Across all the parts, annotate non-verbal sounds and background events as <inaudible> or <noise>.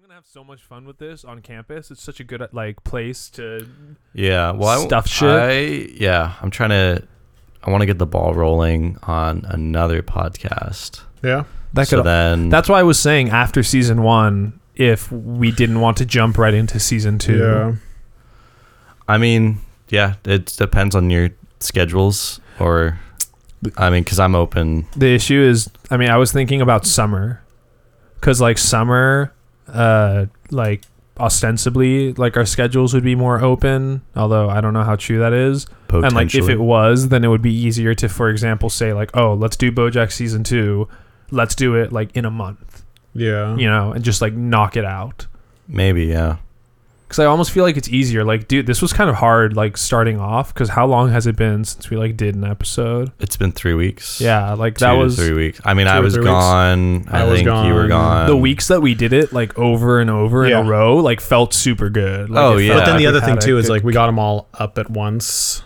gonna have so much fun with this on campus. It's such a good like place to. Yeah. Well, I- Stuff shit. I, yeah, I'm trying to. I want to get the ball rolling on another podcast. Yeah. That so could. then, that's why I was saying after season one, if we didn't want to jump right into season two. Yeah. I mean, yeah, it depends on your schedules, or I mean, because I'm open. The issue is, I mean, I was thinking about summer, because like summer, uh, like ostensibly, like our schedules would be more open. Although I don't know how true that is. Potentially. And like if it was, then it would be easier to, for example, say like, oh, let's do BoJack season two. Let's do it like in a month, Yeah. you know, and just like knock it out. maybe, yeah. Because I almost feel like it's easier. Like, dude, this was kind of hard, like starting off. Because how long has it been since we like did an episode? It's been three weeks. Yeah, like Two that to was three weeks. I mean, two I to was three weeks. gone. I, I was think you were gone. gone. the weeks that we did it like over and over in Yeah. a row. Like felt super good. Like, Oh, it yeah. felt But then like the we other thing had a too is good- like we got them all up at once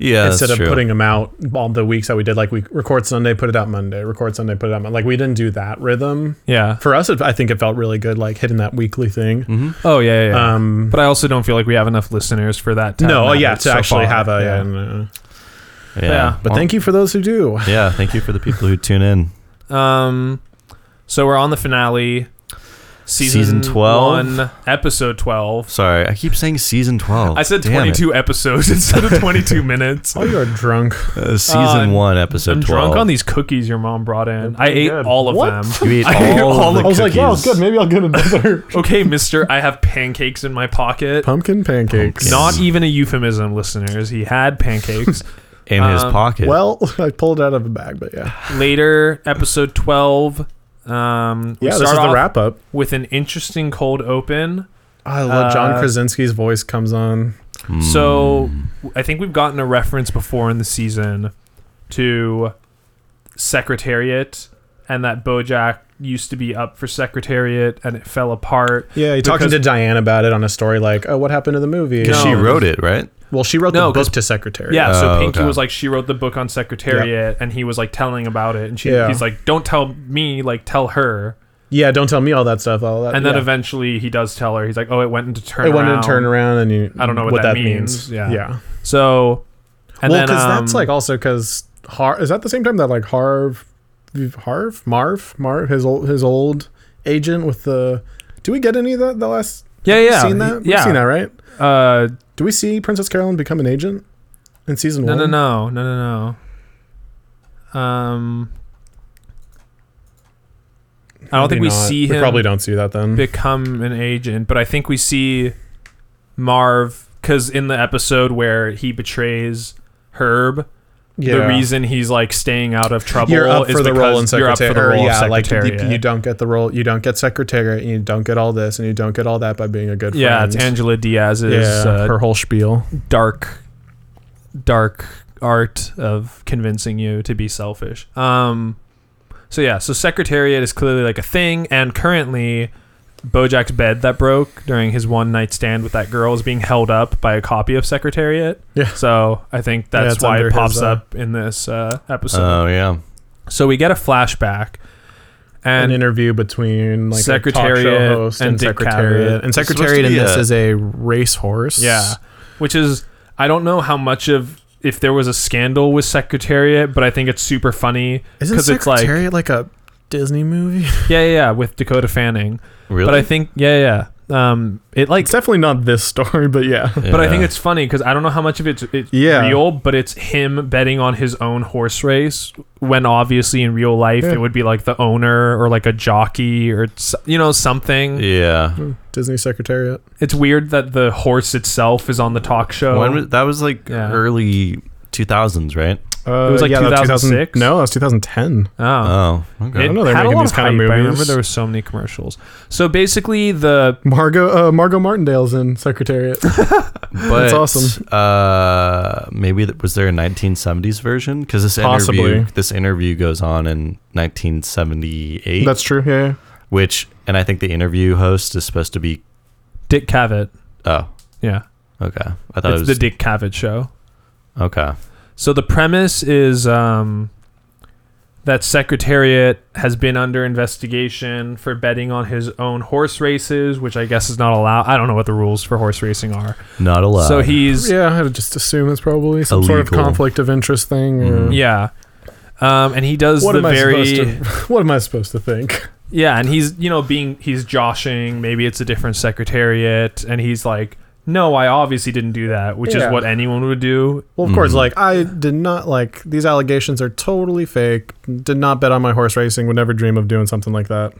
Yeah. instead that's of true. putting them out all the weeks that we did. Like we record Sunday, put it out Monday, record Sunday, put it out. Mon- Like we didn't do that rhythm. yeah. For us, it, I think it felt really good, like hitting that weekly thing. Mhm. Oh yeah, yeah. yeah. Um, but I also don't feel like we have enough listeners for that. To no, have oh, an yeah, average to so actually far. have a. Yeah. and, uh, Yeah. Yeah, but Well, thank you for those who do. Yeah, thank you for the people who tune in. Um, so we're on the finale, season, Season 12? one, episode twelve. Sorry, I keep saying season twelve. I said Oh, Damn it. twenty-two episodes <laughs> instead of <laughs> twenty-two minutes. Oh, <laughs> you're drunk. Uh, season I'm- one, episode I'm twelve. drunk on these cookies your mom brought in. They're I pretty ate good. all of What? them. You <laughs> ate I all, ate all the of- I was like, well, cookies. good. Maybe I'll get another Okay, Mister, I have pancakes in my pocket. <laughs> pumpkin pancakes. Pumpkin. Not even a euphemism, listeners. He had <laughs> pancakes. in his Um, pocket. Well, <laughs> I pulled it out of a bag, but yeah. Later, episode twelve. Um, we Yeah, this start is the off wrap up. with an interesting cold open. I love John Uh, Krasinski's voice comes on. Mm. So I think we've gotten a reference before in the season to Secretariat and that Bojack used to be up for Secretariat and it fell apart. Yeah, he talked Because- to Diane about it on a story like, "Oh, what happened to the movie?" because she No. wrote it, right? Well, she wrote No, the 'cause- book to Secretary. Yeah, so Oh, Pinky okay. was like she wrote the book on Secretariat and he was like telling about it and she Yeah. he's like don't tell me like tell her yeah. Don't tell me all that stuff. All that. and then Uh, yeah. eventually he does tell her he's like oh it went into turn I wanted to turn around, and you. I don't know what that means. Yeah. Yeah. so and well, then, because um, that's like also because Har is that the same time that like Harv, Harv, Marv, Marv, his old his old agent with the. Do we get any of that? The last. yeah yeah Seen that? yeah We've seen that, right? uh Do we see Princess Carolyn become an agent in season No, one? no, no, no, no, no. Um, I don't think Maybe we not. see We him probably don't see that then. become an agent, but I think we see Marv because in the episode where he betrays Herb, the reason he's like staying out of trouble you're up is for the because role in you're secretary. up for the or, role yeah, of like secretary. you, you don't get the role. You don't get secretary. And you don't get all this, and you don't get all that by being a good friend. yeah, it's Angela Diaz's Yeah, uh, her whole spiel. dark dark art of convincing you to be selfish. Um so yeah, so secretariat is clearly like a thing and currently Bojack's bed that broke during his one night stand with that girl is being held up by a copy of Secretariat. Yeah. So I think Yeah, that's it's why under it his, pops uh, up in this uh, episode. Oh yeah. so we get a flashback and An interview between like a talk Secretariat show host and and, Dick Cavett. secretariat. And It's supposed secretariat to in be this a- is a racehorse. Yeah, which is I don't know how much of if there was a scandal with Secretariat, but I think it's super funny isn't it's like yeah, secretariat like, a Disney movie? <laughs> yeah, yeah, with Dakota Fanning. Really? But I think yeah, yeah, um, it like. It's definitely not this story, <laughs> but yeah. But I think Yeah. it's funny because I don't know how much of it's, it's Yeah. real, but it's him betting on his own horse race when obviously in real life Yeah. it would be like the owner or like a jockey or s- you know something. Yeah. Disney Secretariat. It's weird that the horse itself is on the talk show. When was, that was like Yeah. early 2000s, right? Uh, was like yeah, that 2006? No, that was 2010. oh. Oh, okay. It don't know, they're had a making lot these of kinda hype. I remember movies. there were so many commercials. So basically, the Margot uh, Margot Martindale's in Secretariat. but, that's awesome. Uh, maybe that was there a 1970s version? Because this Possibly. interview, this interview goes on in 1978, That's true. Yeah. yeah. which, and I think the interview host is supposed to be. Dick Cavett, Oh, yeah, okay. I thought it's it was the Dick Cavett show. okay. So the premise is um, that Secretariat has been under investigation for betting on his own horse races, which I guess is not allowed. I don't know what the rules for horse racing are. Not allowed. so he's Yeah, I would just assume it's probably some sort of Illegal. conflict of interest thing. Or Mhm. yeah, um, and he does what the am I very supposed to? <laughs> What am I supposed to think? <laughs> Yeah, and he's you know being he's joshing. Maybe it's a different secretariat, and he's like, "No, I obviously didn't do that," which Yeah. is what anyone would do. Well, of course, Mhm. like I did not like these allegations are totally fake. Did not bet on my horse racing. Would never dream of doing something like that.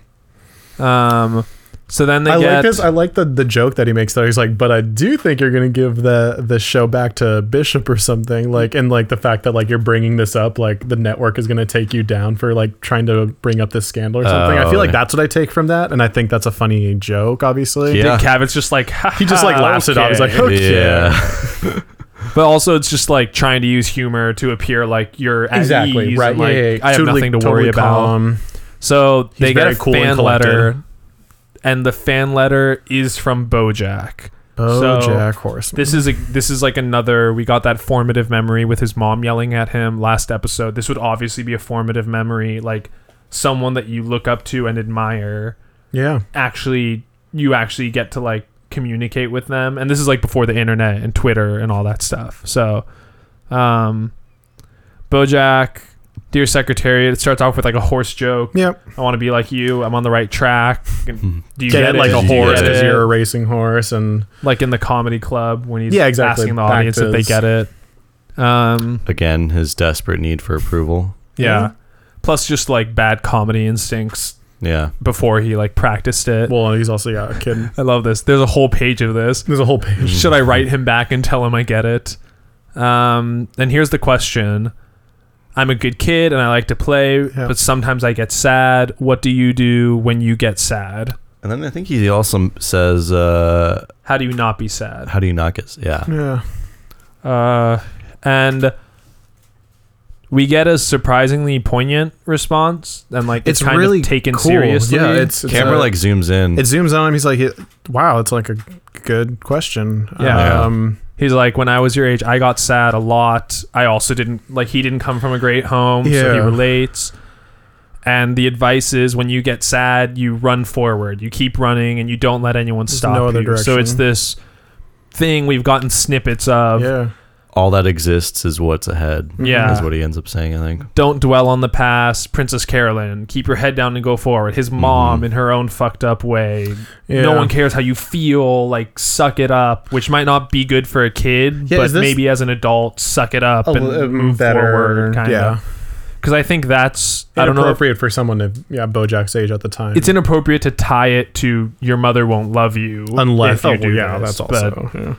Um, so then they I get like this. I like the the joke that he makes though. He's like, but I do think you're gonna give the the show back to Bishop or something. Like, and like the fact that like you're bringing this up, like the network is gonna take you down for like trying to bring up this scandal or something. I Oh, feel like yeah. that's what I take from that, and I think that's a funny joke. Obviously, Yeah. Kavitz just like <laughs> He just like laughs it off. He's like, okay." okay. yeah. <laughs> but also it's just like trying to use humor to appear like you're at exactly ease right. and, like, yeah, yeah, yeah. I have nothing to worry about. calm. So He's they get very a cool and fan collected. letter, and the fan letter is from BoJack. So, Oh, Jack Horseman. This is a this is like another we got that formative memory with his mom yelling at him last episode. This would obviously be a formative memory, like someone that you look up to and admire. yeah. Actually, you actually get to like communicate with them, and this is like before the internet and Twitter and all that stuff. So, um, BoJack, dear Secretariat, it starts off with like a horse joke. Yeah. I want to be like you. I'm on the right track. And do you Get, it like it? a Did you horse get because it? you're a racing horse, and like in the comedy club when he's Yeah, exactly. asking the Back audience to if they his- get it. Um, Again, his desperate need for approval. yeah. Plus, just like bad comedy instincts Yeah. before he like practiced it. well, he's also got a kid. I love this. There's a whole page of this. There's a whole page. Should I write him back and tell him I get it? Um, and here's the question. I'm a good kid and I like to play, Yeah. but sometimes I get sad. What do you do when you get sad? And then I think he also says, uh, How do you not be sad? "How do you not get?" s- Yeah. Yeah. Uh, and we get a surprisingly poignant response, and like it's, It's kind really of taken cool. seriously. Yeah, it's- it's Camera a- like zooms in. It zooms on him. He's like, wow, it's like a good question. Yeah. Um, He's like, when I was your age, I got sad a lot. I also didn't like he didn't come from a great home, so he Yeah. relates. And the advice is when you get sad, you run forward. You keep running and you don't let anyone There's stop no other you. So it's direction. this thing we've gotten snippets of. yeah. All that exists is what's ahead. Yeah. Is what he ends up saying. I think. Don't dwell on the past, Princess Carolyn. Keep your head down and go forward. His mom Mhm. in her own fucked up way. yeah. No one cares how you feel. Like suck it up, which might not be good for a kid, Yeah, but is this- maybe as an adult, suck it up A and little move better, forward. Kind of. yeah. because I think that's I don't know if Inappropriate for someone of yeah Bojack's age at the time. it's inappropriate to tie it to your mother won't love you unless if you oh, do yeah, this, that's also yeah. But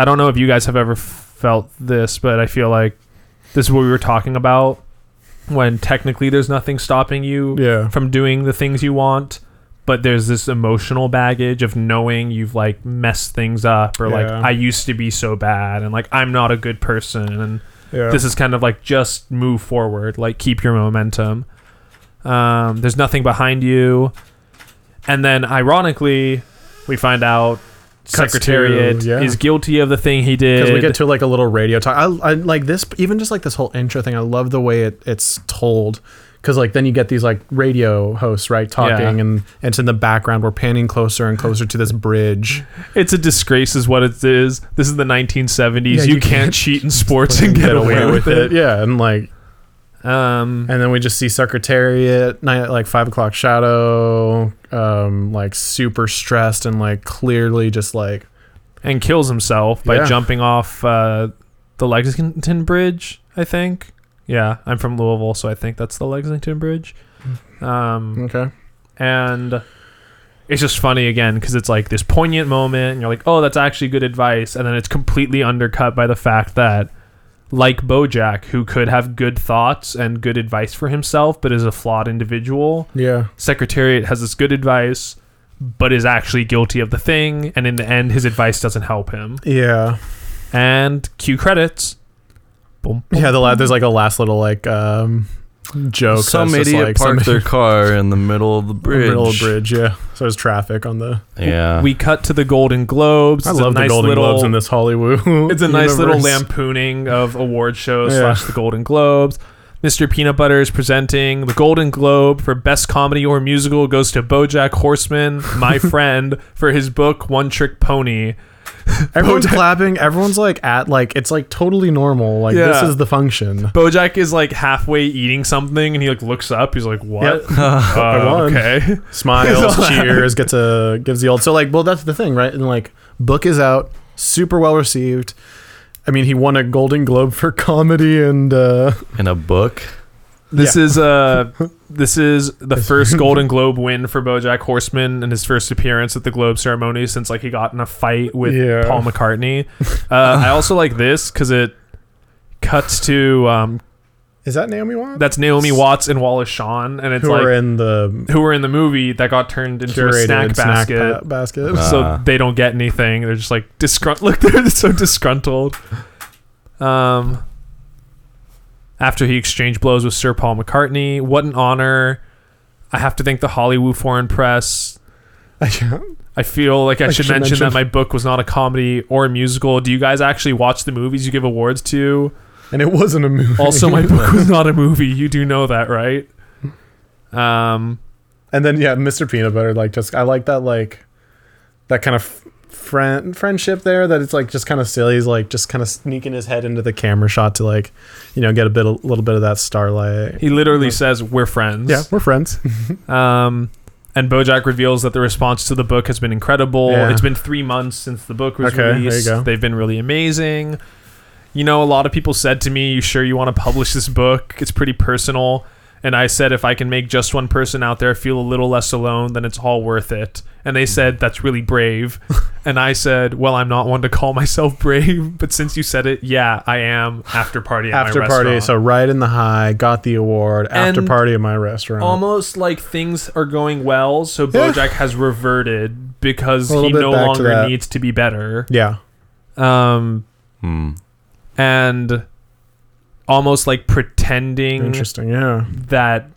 I don't know if you guys have ever felt this, but I feel like this is what we were talking about when technically there's nothing stopping you yeah. from doing the things you want. But there's this emotional baggage of knowing you've like messed things up, or like Yeah. I used to be so bad, and like I'm not a good person, and Yeah. this is kind of like just move forward like keep your momentum um, there's nothing behind you and then ironically we find out Cuts to- secretariat yeah. is guilty of the thing he because did we get to like a little radio talk. I, I like this, even just like this whole intro thing. I love the way it, it's told because like then you get these like radio hosts right talking, and, and it's in the background. We're panning closer and closer to this bridge. it's a disgrace is what it is this is the 1970s Yeah, you, you can't, can't cheat <laughs> in sports and get, away, with it, Yeah, and like um And then we just see Secretariat, night like five o'clock shadow, um, like super stressed and like clearly just like and kills himself by Yeah. jumping off uh, the Lexington Bridge, I think. Yeah, I'm from Louisville, so I think that's the Lexington Bridge. Um, okay. and it's just funny again because it's like this poignant moment, and you're like, oh, that's actually good advice. And then it's completely undercut by the fact that, like Bojack, who could have good thoughts and good advice for himself, but is a flawed individual, Yeah. Secretariat has this good advice. But is actually guilty of the thing, and in the end, his advice doesn't help him Yeah. and cue credits. Boom. Yeah, the la- there's like a last little like um joke. some that's just, idiot like, parked some- <laughs> their car in the middle of the in the bridge. middle of the bridge, yeah. So there's traffic on the Yeah. We cut to the Golden Globes. Uh. I It's a love the nice golden little, globes in this Hollywood. <laughs> It's a nice little universe. lampooning of award shows Yeah. slash the Golden Globes. Mr. Peanut Butter is presenting. The Golden Globe for Best Comedy or Musical goes to Bojack Horseman, <laughs> my friend, for his book One Trick Pony. <laughs> Everyone's clapping. Everyone's like at like it's like totally normal. Like this Yeah. is the function. Bojack is like halfway eating something and he like looks up. He's like, "What? Yep. I Uh, won. okay." <laughs> Smiles, <laughs> It's all- cheers, gets a gives the old. So like, well, that's the thing, right? And like, book is out, super well received. I mean, he won a Golden Globe for comedy, and uh, <laughs> in a book. This is uh this is the first Golden Globe win for BoJack Horseman and his first appearance at the Globe ceremony since like he got in a fight with Yeah. Paul McCartney. Uh, I also like this because it cuts to um is that Naomi Watts? that's Naomi Watts and Wallace Shawn and it's who like are in the who were in the movie that got turned <laughs> into curated a snack basket. pa- basket. <laughs> <laughs> Uh, so they don't get anything. They're just like disgruntled. <laughs> Look, they're so disgruntled. Um, after he exchanged blows with Sir Paul McCartney, what an honor! I have to thank the Hollywood Foreign Press. I feel like I, should, mention, that my book was not a comedy or a musical. Do you guys actually watch the movies you give awards to? and it wasn't a movie. Also, <laughs> my book was not a movie. You do know that, right? Um, And then yeah, Mr. Peanut Butter, like just I like that like that kind of f- friend friendship there that it's like just kind of silly. He's like just kind of sneaking his head into the camera shot to like you know get a bit a little bit of that starlight. he literally says we're friends. Yeah, we're friends. Um, and Bojack reveals that the response to the book has been incredible. Yeah. It's been three months since the book was Okay, there you released. go. They've been really amazing. You know, a lot of people said to me, "You sure you want to publish this book? It's pretty personal." And I said, "If I can make just one person out there feel a little less alone, then it's all worth it." And they said, "That's really <laughs> brave." and I said, "Well, I'm not one to call myself brave, but since you said it, yeah, I am." After party, at my after party, restaurant." so right in the high, got the award. After And- party at my restaurant. almost like things are going well, so Yeah. Bojack has reverted because A little he bit no back to longer that. needs to be better. yeah, Um, Hmm. and almost like pretending interesting. Yeah, that,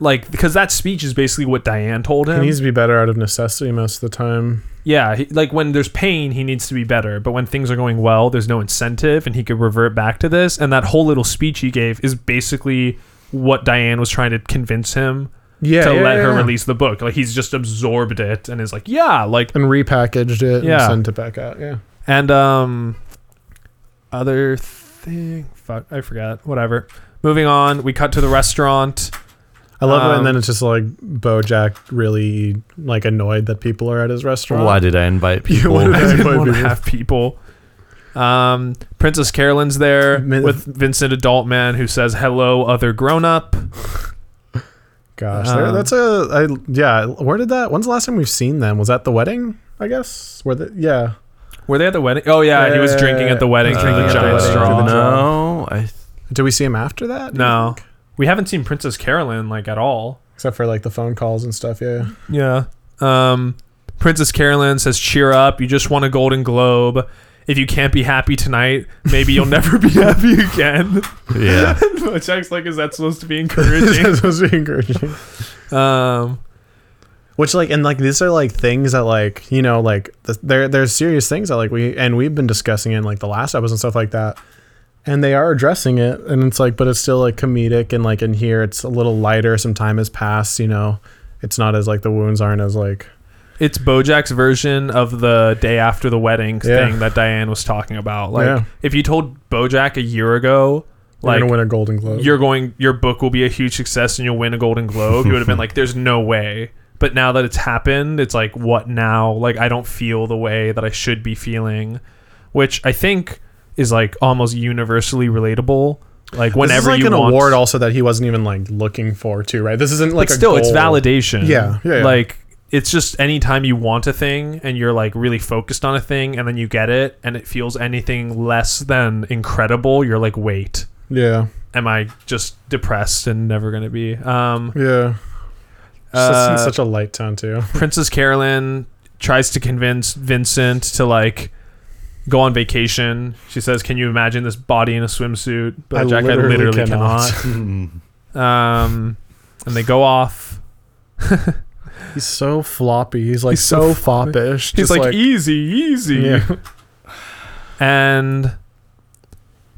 like, because that speech is basically what Diane told he him. needs to be better out of necessity most of the time. yeah, he, like when there's pain, he needs to be better, but when things are going well, there's no incentive, and he could revert back to this. And that whole little speech he gave is basically what Diane was trying to convince him Yeah, to yeah, let yeah, her yeah. release the book. Like he's just absorbed it and is like, yeah, like and repackaged it Yeah. and sent it back out. Yeah, and um other thing fuck I forgot. Whatever. Moving on, we cut to the restaurant. I love it. Um, And then it's just like BoJack really like annoyed that people are at his restaurant. Why did I invite You people? <laughs> wanted- I didn't might want to be- have people. Um, Princess Carolyn's there Min- with Vincent Adultman, who says hello, other grown up. Gosh, there- Um, that's a I, yeah. Where did that? When's the last time we've seen them? Was that the wedding? I guess. Where the yeah. Were they at the wedding? Oh yeah, he was drinking at the wedding Uh, through the drinking at the giant wedding straw. through the giant- no, I Did we see him after that? do you No. think? We haven't seen Princess Carolyn like at all. Except for like the phone calls and stuff. Yeah. Yeah. Um, Princess Carolyn says, "Cheer up! You just won a Golden Globe. If you can't be happy tonight, maybe you'll never be <laughs> happy <laughs> again." <laughs> yeah. Jack's like, "Is that supposed to be encouraging?" That's supposed to be encouraging. <laughs> um, Which like and like these are like things that like you know like th- they're they're serious things that like we and we've been discussing in like the last episode and stuff like that. And they are addressing it, and it's like, but it's still like comedic, and like in here, it's a little lighter. Some time has passed, you know. It's not as like the wounds aren't as like it's Bojack's version of the day after the wedding Yeah. thing that Diane was talking about. Like, Yeah. if you told Bojack a year ago, like like gonna win a Golden Globe. you're going your book will be a huge success and you'll win a golden globe you would have <laughs> been like there's no way but now that it's happened it's like what now like i don't feel the way that i should be feeling which i think is like almost universally relatable like whenever this is like you an want award also that he wasn't even like looking for too right this isn't like but a still it's goal. validation Yeah, yeah, yeah. like it's just anytime you want a thing and you're like really focused on a thing and then you get it and it feels anything less than incredible you're like wait yeah am i just depressed and never gonna be um yeah Just Uh, in such a light tone too Princess Carolyn tries to convince Vincent to like go on vacation. She says, "Can you imagine this body in a swimsuit?" But I Jack, literally I literally cannot." cannot. Hmm. Um, and they go off. <laughs> he's so floppy he's like He's so so, foppish He's <laughs> just like, "Easy, easy," yeah. and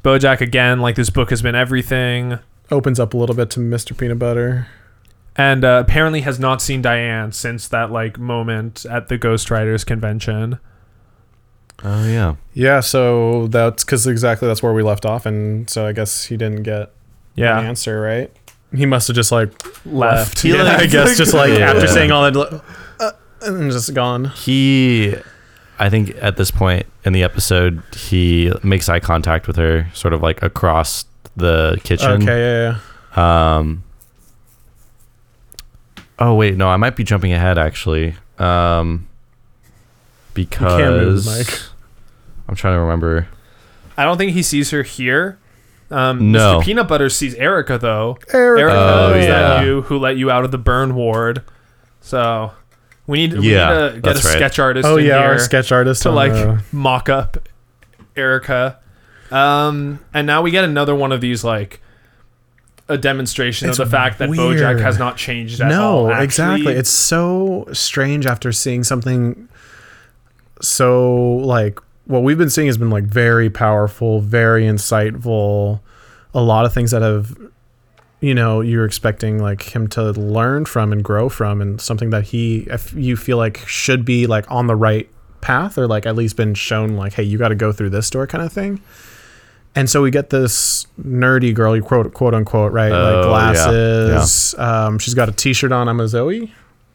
Bojack again, like this book has been everything, Opens up a little bit to Mr. Peanut Butter. and uh, apparently has not seen Diane since that like moment at the Ghost Riders convention. Oh yeah. Yeah, so that's because exactly that's where we left off, and so I guess he didn't get Yeah, an answer, right? He must have just like left. He, <laughs> Yeah, like- I guess just like Yeah. after saying all that, like, uh, and just gone. He, I think at this point in the episode, he makes eye contact with her, sort of like across the kitchen. Okay, yeah, Um. Oh wait, no, I might be jumping ahead actually. Um. Because can't move the mic. I'm trying to remember. I don't think he sees her here. Um, No. Mr. Peanut Butter sees Erica though. yeah. Erica uh, Oh, is yeah. that you who let you out of the burn ward. So we need, we Yeah, need to get a that's right. sketch artist Oh in yeah, our here sketch artist to on like the- mock up Erica. Um, and now we get another one of these like a demonstration It's of the fact that weird. Bojack has not changed at all. no, actually. exactly. It's so strange after seeing something so like what we've been seeing has been like very powerful, very insightful. A lot of things that have, you know, you're expecting like him to learn from and grow from, and something that he, if you feel like should be like on the right path or like at least been shown like, hey, you got to go through this door kind of thing. And so we get this nerdy girl, you quote quote unquote, right? Oh, like yeah. glasses. Um, she's got a T-shirt on. I'm a Zoe.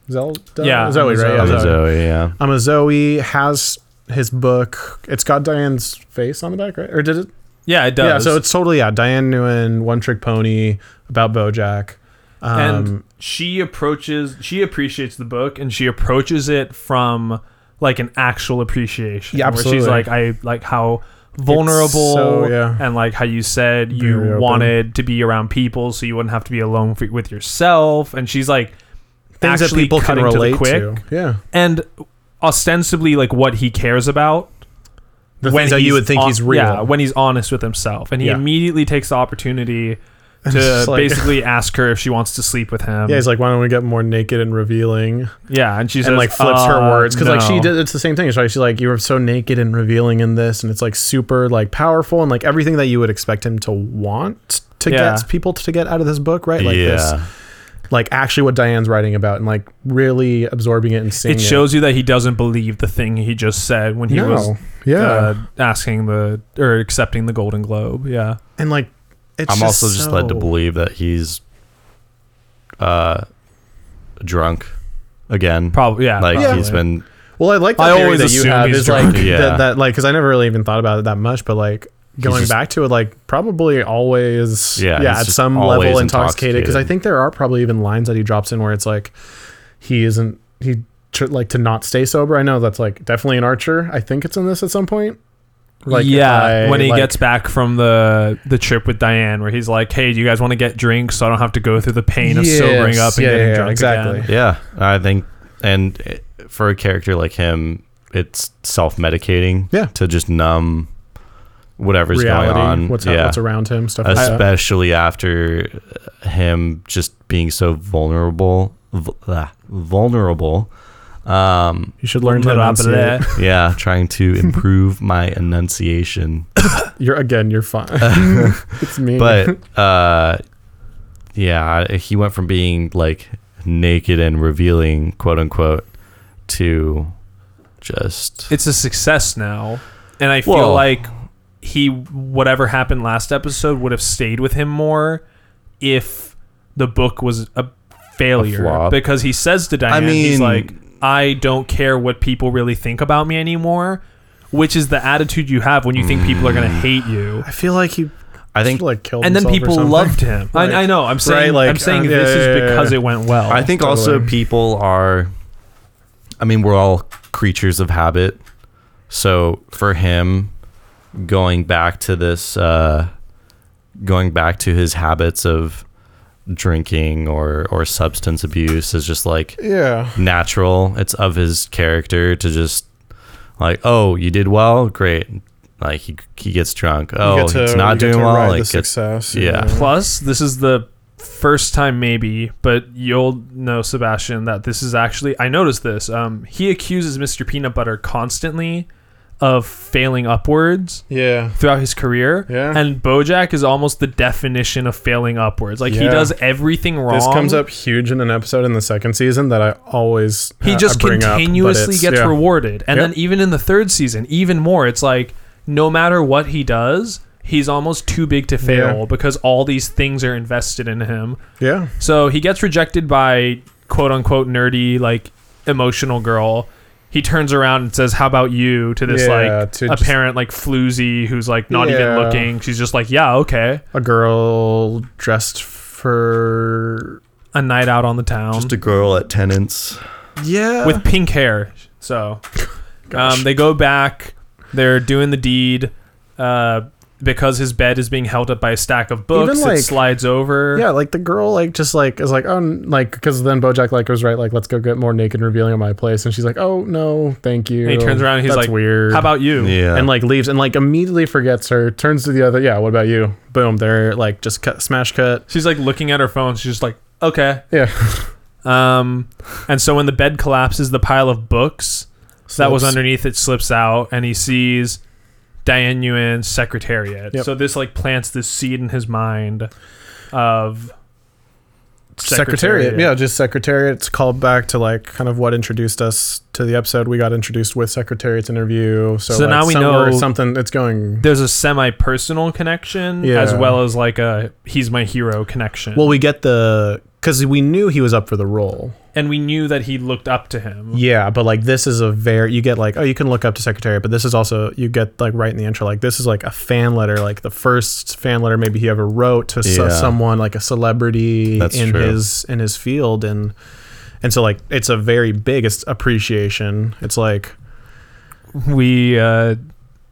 Zelda? Yeah, Zoe, I'm a right? Zoe. Yeah, Oh, Zoe. Zoe, yeah. I'm a Zoe has his book. It's got Diane's face on the back, right? Or did it? yeah, it does. Yeah, so it's totally yeah. Diane Nguyen, One Trick Pony, about BoJack. Um, and she approaches she appreciates the book and she approaches it from like an actual appreciation Yeah, where she's absolutely. like i like how vulnerable so- yeah. and like how you said you Very open. wanted to be around people so you wouldn't have to be alone for, with yourself and she's like things that actually people can cutting to the relate quick to. Yeah, and ostensibly like what he cares about the things that he's you would think hon- he's real. <laughs> yeah when he's honest with himself and he Yeah. immediately takes the <laughs> opportunity to just like- basically <laughs> ask her if she wants to sleep with him yeah, he's like, why don't we get more naked and revealing? Yeah, and "Uh, she's and like flips "Ah, her words because like she did it's the same thing. It's like she's like you were so naked and revealing in this, and it's like super like powerful and like everything that you would expect him to want to Yeah. get people to get out of this book, right? Like yeah. this, like actually what Diane's writing about and like really absorbing it and seeing It shows you that he doesn't believe the thing he just said when he no, was yeah, uh, asking the or accepting the Golden Globe. Yeah, and like it's I'm also just led to so- believe that he's uh drunk again. probably. Yeah, like probably. he's been Well, I like the I theory always that you assumed have he's is drunk. like Yeah. that, that like because I never really even thought about it that much, but like going just- back to it, like probably always Yeah, yeah, he's at just some always level intoxicated because I intoxicated. think there are probably even lines that he drops in where it's like he isn't he tr- like to not stay sober. I know that's like definitely an Archer. I think it's in this at some point. yeah, I- when he like- gets back from the the trip with Diane, where he's like, "Hey, do you guys want to get drinks so I don't have to go through the pain of Yes, sobering up and yeah, getting yeah, drunk exactly. again?" yeah, I think and it- for a character like him, it's self-medicating Yeah. to just numb whatever's reality, going on. what's yeah. what's around him, stuff like that. especially after him just being so vulnerable v- ah, vulnerable <laughs> um You should learn to enunciate. yeah trying to improve my enunciation You're again, you're <laughs> fine. it's me. but uh yeah I- he went from being like naked and revealing quote unquote to just it's a success now, and I feel Well- like he whatever happened last episode would have stayed with him more if the book was a failure flop. because he says to Diane, I he's mean- like, I don't care what people really think about me anymore, which is the attitude you have when you think people are gonna Mm. hate you. I feel like he i think like killed And then himself or people something. loved him. <laughs> Like- I, I know. I'm saying. like, I'm saying uh, this yeah, yeah, is yeah, because yeah. it went well. I think also Totally. people are. I mean, we're all creatures of habit. So for him, going back to this, uh, going back to his habits of drinking or or substance abuse is just like Yeah. natural. It's of his character to just like, oh, you did well, great. Like he he gets drunk. You Oh, get to- he's you not get doing to well. ride Like the gets, success. yeah. Plus, this is the first time, maybe, but you'll know, Sebastian, that this is actually. I noticed this. Um, he accuses Mr. Peanut Butter constantly of failing upwards Yeah. throughout his career. Yeah. And Bojack is almost the definition of failing upwards. Like he Yeah. does everything wrong. This comes up huge in an episode in the second season that I always He uh, just bring up, but continuously it's- gets yeah. rewarded. And Yep. then even in the third season, even more, it's like no matter what he does, he's almost too big to fail Yeah. because all these things are invested in him. Yeah. So he gets rejected by quote unquote nerdy, like emotional girl. He turns around and says, How about you? to this Yeah, like to just- apparent like floozy who's like not even Yeah. looking. She's just like, Yeah, okay. A girl dressed for A night out on the town. Just a girl at tenants. yeah with pink hair. So um, Gosh. they go back. They're doing the deed uh, because his bed is being held up by a stack of books. Even, like- it slides over. Yeah, like the girl, like just like is like, oh, n- like because then BoJack like was right, like let's go get more naked and revealing at my place, and she's like, oh no, thank you. And he turns around and he's That's like, weird. How about you? Yeah. And like leaves and like immediately forgets her, turns to the other, yeah, what about you? Boom, they're like just cut, smash cut. She's like looking at her phone. She's just like, okay. Yeah, Um, and so when the bed collapses, the pile of books that was underneath it slips out, and he sees Diane Yuan's secretariat. Yep. So this like plants this seed in his mind of secretariat. Yeah, just secretariat. It's called back to like kind of what introduced us to the episode. We got introduced with secretariat's interview. So, So like, now we somewhere know- something. It's going. there's a semi-personal connection Yeah. as well as like a he's my hero connection Well, we get the because we knew he was up for the role. and we knew that he looked up to him Yeah, but like this is a very you get like oh you can look up to secretariat, but this is also you get like right in the intro like this is like a fan letter, like the first fan letter maybe he ever wrote to so- Yeah. someone like a celebrity That's in true. his in his field and and so like it's a very big it's appreciation. It's like we uh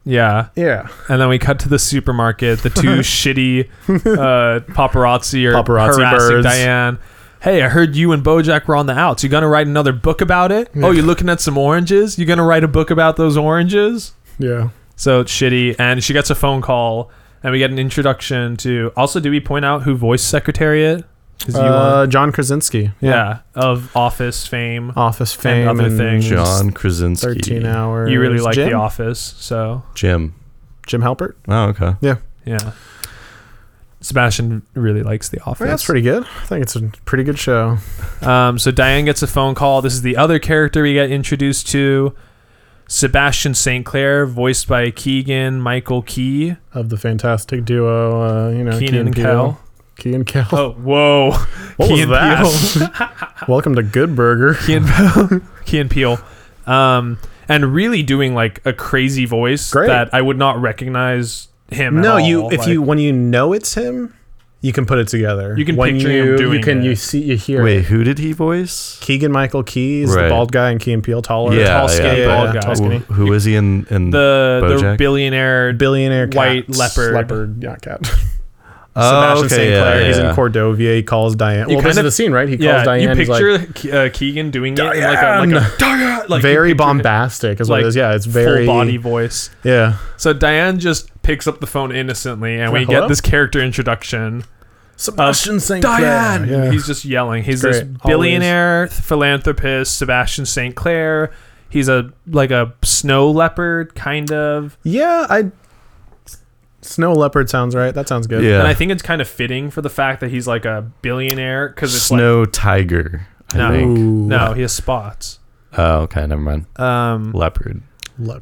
yeah yeah, and then we cut to the supermarket the <laughs> two shitty uh paparazzi are Paparazzi harassing birds. diane hey i heard you and bojack were on the outs you gonna write another book about it oh you're looking at some oranges you gonna write a book about those oranges yeah. so it's shitty and she gets a phone call and we get an introduction to also do we point out who voiced secretariat 'Cause you wanna- Uh, John Krasinski, Yeah, of Office fame. Office fame other and things. John Krasinski. Thirteen hours. You really like Jim? The Office, so Jim. Jim Halpert. Oh, okay. yeah. Sebastian really likes The Office. that's pretty good. I think it's a pretty good show. Um, so Diane gets a phone call. This is the other character we get introduced to. Sebastian St. Clair, voiced by Keegan Michael Key, of the fantastic duo, uh, you know, Keenan Key and Peele. Kel. Key and Kel. Oh, whoa! <laughs> What Key was and <laughs> that? Welcome to Good Burger. Key and, Key and Peele, <laughs> um, and really doing like a crazy voice Great. that I would not recognize him. at No, you all. if Like, you when you know it's him, you can put it together. You can when picture him you, doing you can it. you see you hear Wait, it. who did he voice? Keegan Michael Key is the Right. bald guy in Key and Peele taller. Yeah, tall, skinny, yeah, bald guy. yeah, tall, Who, skinny. who is he in? in the the Bojack? billionaire Billionaire cat, White leopard. leopard, not cat. oh, <laughs> Sebastian okay, St. yeah, Clair. He's yeah. in Cordovia. He calls Diane. You well, this kind is of- the scene, right? He calls yeah, Diane. you he's like, picture Ke- uh, Keegan doing it in like a like a like you very picture him- bombastic, is what like, it is. Yeah, it's very full body voice. Yeah, So Diane just picks up the phone innocently, and we Hello? get this character introduction. Sebastian St. Diane, Yeah. he's just yelling. He's Great. this billionaire philanthropist, Sebastian Saint Clair. He's a like a snow leopard kind of, Yeah, I. Snow leopard sounds right. That sounds good. Yeah. and I think it's kind of fitting for the fact that he's like a billionaire because it's like Snow Tiger. I No. think. no, he has spots. Oh, okay. Never mind. Um, Leopard.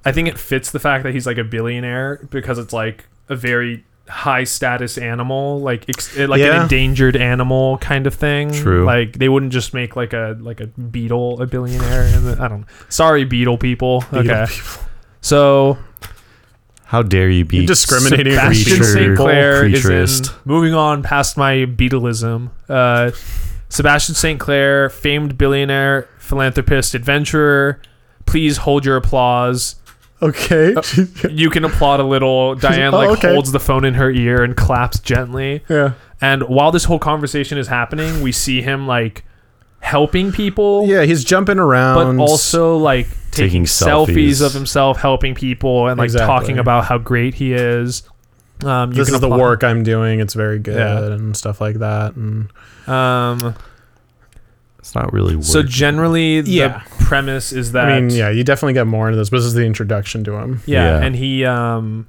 I think it fits the fact that he's like a billionaire because it's like a very high status animal, like ex- eh, like an Yeah. endangered animal kind of thing. True. Like they wouldn't just make like a like a beetle a billionaire. And then- I don't. Sorry, beetle people. okay. So How dare you be You're discriminating against Sebastian beetles. St. Clair is in, Creaturist. moving on past my beetleism. Uh, Sebastian St. Clair, famed billionaire, philanthropist, adventurer. Please hold your applause. Okay. you can applaud a little. Diane <laughs> Oh, like okay. holds the phone in her ear and claps gently. <laughs> yeah. And while this whole conversation is happening, we see him like helping people, Yeah, he's jumping but around. also like taking, Taking selfies. selfies. of himself helping people and like Exactly. talking about how great he is. Um, you this can is the applaud- work I'm doing. It's very good Yeah. and stuff like that. And Um, It's not really. So work. generally, the Yeah. premise is that I mean, yeah, you definitely get more into this. But this is the introduction to him. Yeah, Yeah. and he um,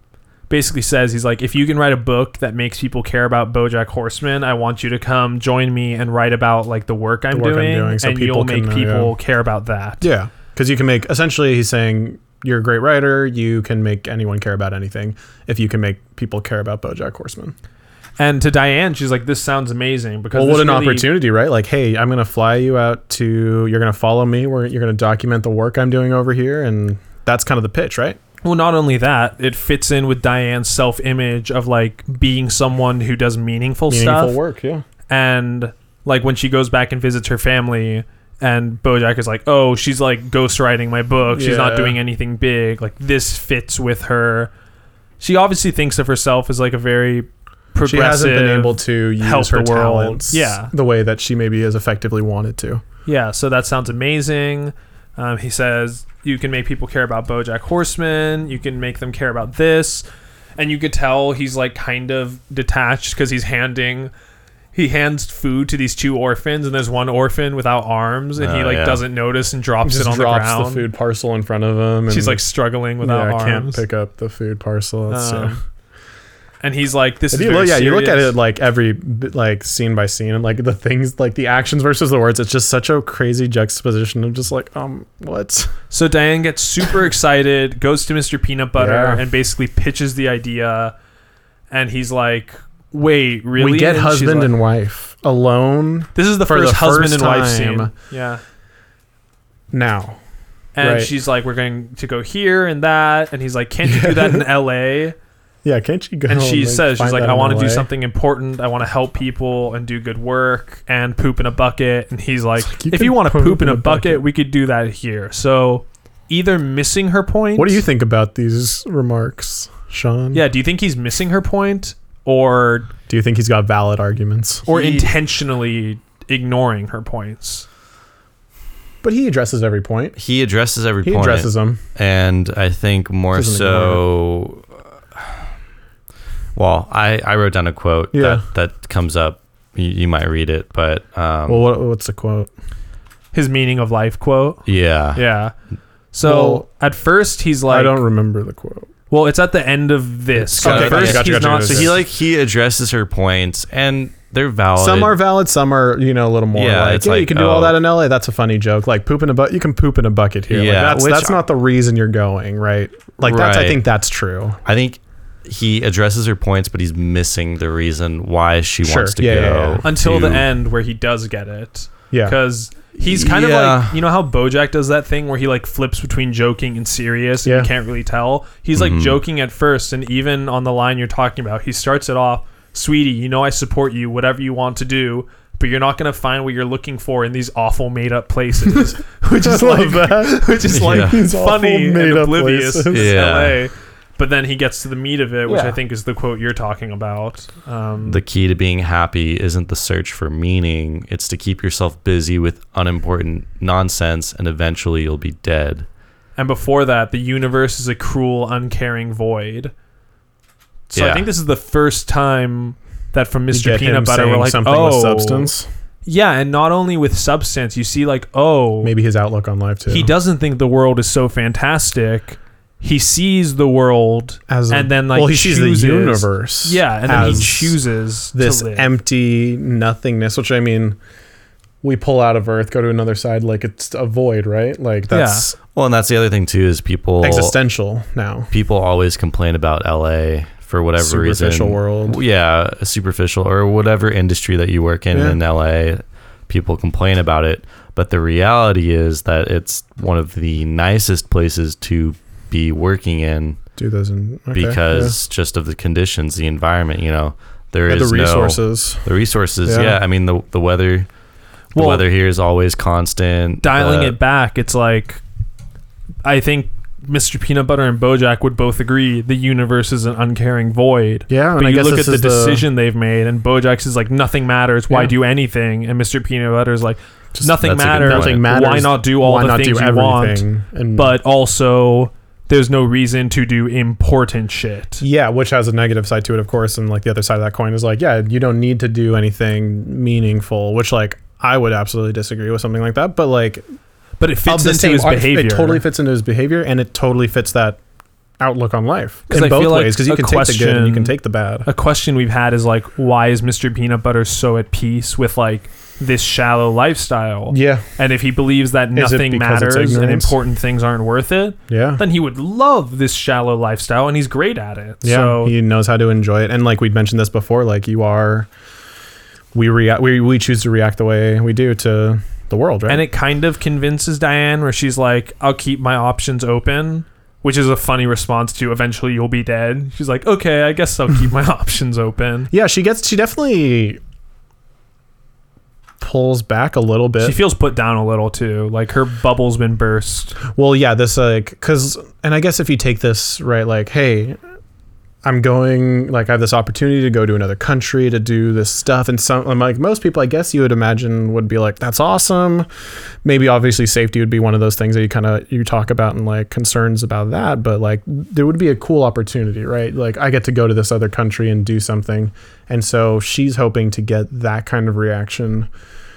basically says he's like, if you can write a book that makes people care about BoJack Horseman, I want you to come join me and write about like the work I'm, work I'm doing, doing, so and people you'll can make know, people care about that. Yeah, because you can make essentially he's saying you're a great writer. You can make anyone care about anything if you can make people care about BoJack Horseman. And to Diane, she's like, this sounds amazing because Well, this what an really- opportunity, right? Like, hey, I'm gonna fly you out to. You're gonna follow me. Where you're gonna document the work I'm doing over here, and that's kind of the pitch, right? Well, not only that, it fits in with Diane's self-image of like being someone who does meaningful, stuff, work, yeah. and like when she goes back and visits her family. And Bojack is like, oh, she's like ghostwriting my book. She's not Yeah. doing anything big. Like, this fits with her. She obviously thinks of herself as like a very progressive. She hasn't been able to help use her the world. talents, Yeah. the way that she maybe has effectively wanted to. Yeah, so that sounds amazing. Um, he says you can make people care about BoJack Horseman. You can make them care about this, and you could tell he's like kind of detached because he's handing. He hands food to these two orphans, and there's one orphan without arms, and he Oh, like yeah. doesn't notice and drops Just it on drops the ground. food parcel in front of him. And She's like struggling without yeah, I can't arms, pick up the food parcel. That's, Um, yeah. and he's like, "This If is you very look, yeah, you look at serious. it like every bit, like scene by scene, and like the things, like the actions versus the words. It's just such a crazy juxtaposition of just like, um, what? So Diane gets <laughs> super excited, goes to Mr. Peanut Butter, Yeah. and basically pitches the idea. And he's like, "Wait, really? We get And she's husband like- and wife alone this is the for first the husband first and wife time. scene. Yeah, now. and Right. she's like, "We're going to go here and that," and he's like, "Can't you do that <laughs> in L.A.?" Yeah, can't you go? And she says, "She's find like, that I in want to do LA?" something important. I want to help people and do good work and poop in a bucket." And he's like, like, you "If can you want to poop in a bucket, bucket." we could do that here." So, either missing her point. What do you think about these remarks, Sean? Yeah, do you think he's missing her point or Do you think he's got valid arguments? or He- intentionally ignoring her points. But he addresses every point. he addresses every He point, addresses them. and I think more Doesn't so. <sighs> Well, I, I wrote down a quote Yeah. that, that comes up. You, you might read it, but um, Well, what, what's the quote? His meaning of life quote. yeah, Yeah. So Well, at first he's like, I don't remember the quote. well, it's at the end of this. Okay, So at gotcha, first gotcha, he's gotcha, not. gotcha. So he like he addresses her points, and they're Oh, valid. Some are valid, some are you know a little more. Yeah, like, it's yeah, you like, can do all oh. that in LA. That's a funny joke. Like poop in a bucket. You can poop in a bucket here. Yeah, like, that's which that's not the reason you're going, right? Like that's I Right. think that's true. I think he addresses her points, but he's missing the reason why she Sure. wants to Yeah, go yeah, yeah. until the to- end where he does get it <laughs> Yeah, because he's kind of Yeah. like you know how Bojack does that thing where he like flips between joking and serious and Yeah. you can't really tell. He's like Mhm. joking at first, and even on the line you're talking about, he starts it off, "Sweetie, you know I support you, whatever you want to do." But you're not gonna find what you're looking for in these awful made up <laughs> places, <laughs> which is like that. which is like Yeah. These awful funny and made-up oblivious places. Yeah. LA. But then he gets to the meat of it, which Yeah. I think is the quote you're talking about. Um, The key to being happy isn't the search for meaning, it's to keep yourself busy with unimportant nonsense and eventually you'll be dead. and before that, the universe is a cruel, uncaring void. So I Yeah. think this is the first time that from You Mr. get him Peanut Butter saying we're like, something oh, with substance. Yeah, and not only with substance, you see like, oh, Maybe his outlook on life too. he doesn't think the world is so fantastic. He sees the world, As and then like well, he sees the chooses- universe. Yeah, and then he as chooses this to live. empty nothingness, which I mean, we pull out of Earth, go to another side, like it's a void, right? Like that's Well, and that's the other thing too is people existential now. people always complain about LA for whatever Superficial reason. world. Yeah, superficial or whatever industry that you work in Yeah. in LA, people complain about it, but the reality is that it's one of the nicest places to be working in Do those in okay, because just of the conditions, the environment, you know, there yeah. is And the no- resources. the resources, Yeah. yeah. I mean the the weather, the Well, weather here is always constant. dialing Uh, it back, it's like I think Mr. Peanut Butter and Bojack would both agree the universe is an uncaring void. Yeah, and But I you guess look at this the is decision they've made, and Bojack's is like nothing matters. Why Yeah. do anything? And Mr. Peanut Butter's like Just- nothing that's a good matters. point. Nothing matters. Why not do all why the not do things you want? everything? And But also, there's no reason to do important shit. yeah, which has a negative side to it, of course. And like the other side of that coin is like, yeah, you don't need to do anything meaningful. Which like I would absolutely disagree with something like that, but like But it of fits the into same his arc- behavior. It totally fits into his behavior, and it totally fits that outlook on life 'Cause in I both feel like ways. Because you a can take the good and you question- can take the bad. a question we've had is like, why is Mr. Peanut Butter so at peace with like this shallow lifestyle? Yeah, And if he believes that Is it nothing because it's matters and ignorance? important things aren't worth it, yeah, then he would love this shallow lifestyle and he's great at it. yeah. so he knows how to enjoy it, and like we'd mentioned this before, like you are, we react, we we choose to react the way we do to the world, right? and it kind of convinces Diane where she's like, I'll keep my options open. Which is a funny response to eventually you'll be dead. She's like, okay, I guess I'll keep my <laughs> options open. yeah, she gets, she definitely pulls back a little bit. She feels put down a little too. Like her bubble's been burst. Well, yeah, this like because and I guess if you take this right, like, hey, I'm going like I have this opportunity to go to another country to do this stuff, and some I'm like most people, I guess you would imagine would be like, that's awesome. Maybe obviously safety would be one of those things that you kind of you talk about and like concerns about that, but like there would be a cool opportunity, right? Like I get to go to this other country and do something, and so she's hoping to get that kind of reaction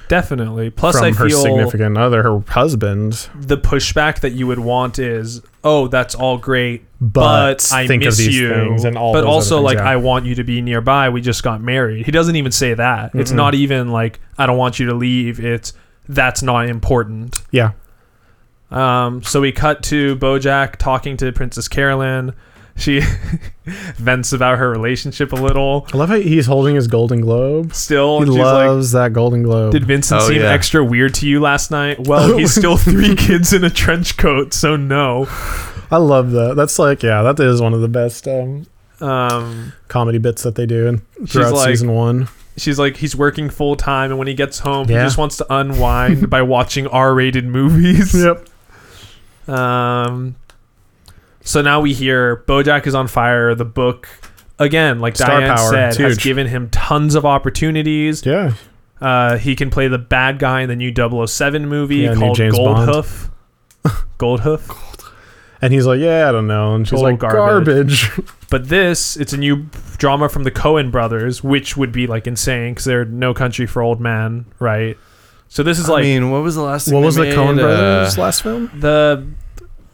Definitely. Plus, from I her feel significant other, her husband. the pushback that you would want is, oh, that's all great, But but, I think of miss these you. things and all but those other also, things, like, yeah. I want you to be nearby. We just got married. He doesn't even say that. It's Mm-mm. not even like I don't want you to leave. It's that's not important. Yeah. Um, so we cut to Bojack talking to Princess Carolyn. She <laughs> vents about her relationship a little. I love how he's holding his Golden Globe. Still, He and she's like, loves that Golden Globe. Did Vincent Oh, seem yeah. extra weird to you last night? <laughs> Well, he's still three kids in a trench coat, so no. I love that. That's like, yeah, that is one of the best um, Um, comedy bits that they do in, She's throughout like- season one. she's like, he's working full time, and when he gets home, Yeah. he just <laughs> wants to unwind by watching R-rated movies. Yep. Um, so now we hear BoJack is on fire. The book, again, like Star Diane power, said, it's has huge. given him tons of opportunities. Yeah. Uh, he can play the bad guy in the new 007 movie Yeah, new called James Bond. Goldhoof. <laughs> Goldhoof. And he's like, yeah, I don't know. And she's Total like, garbage. garbage. <laughs> But this, it's a new drama from the Cohen brothers, which would be like insane because they're No Country for Old Men, right? So this is I like mean, what was the last? thing what they was the made? Coen Uh, Brothers last film? the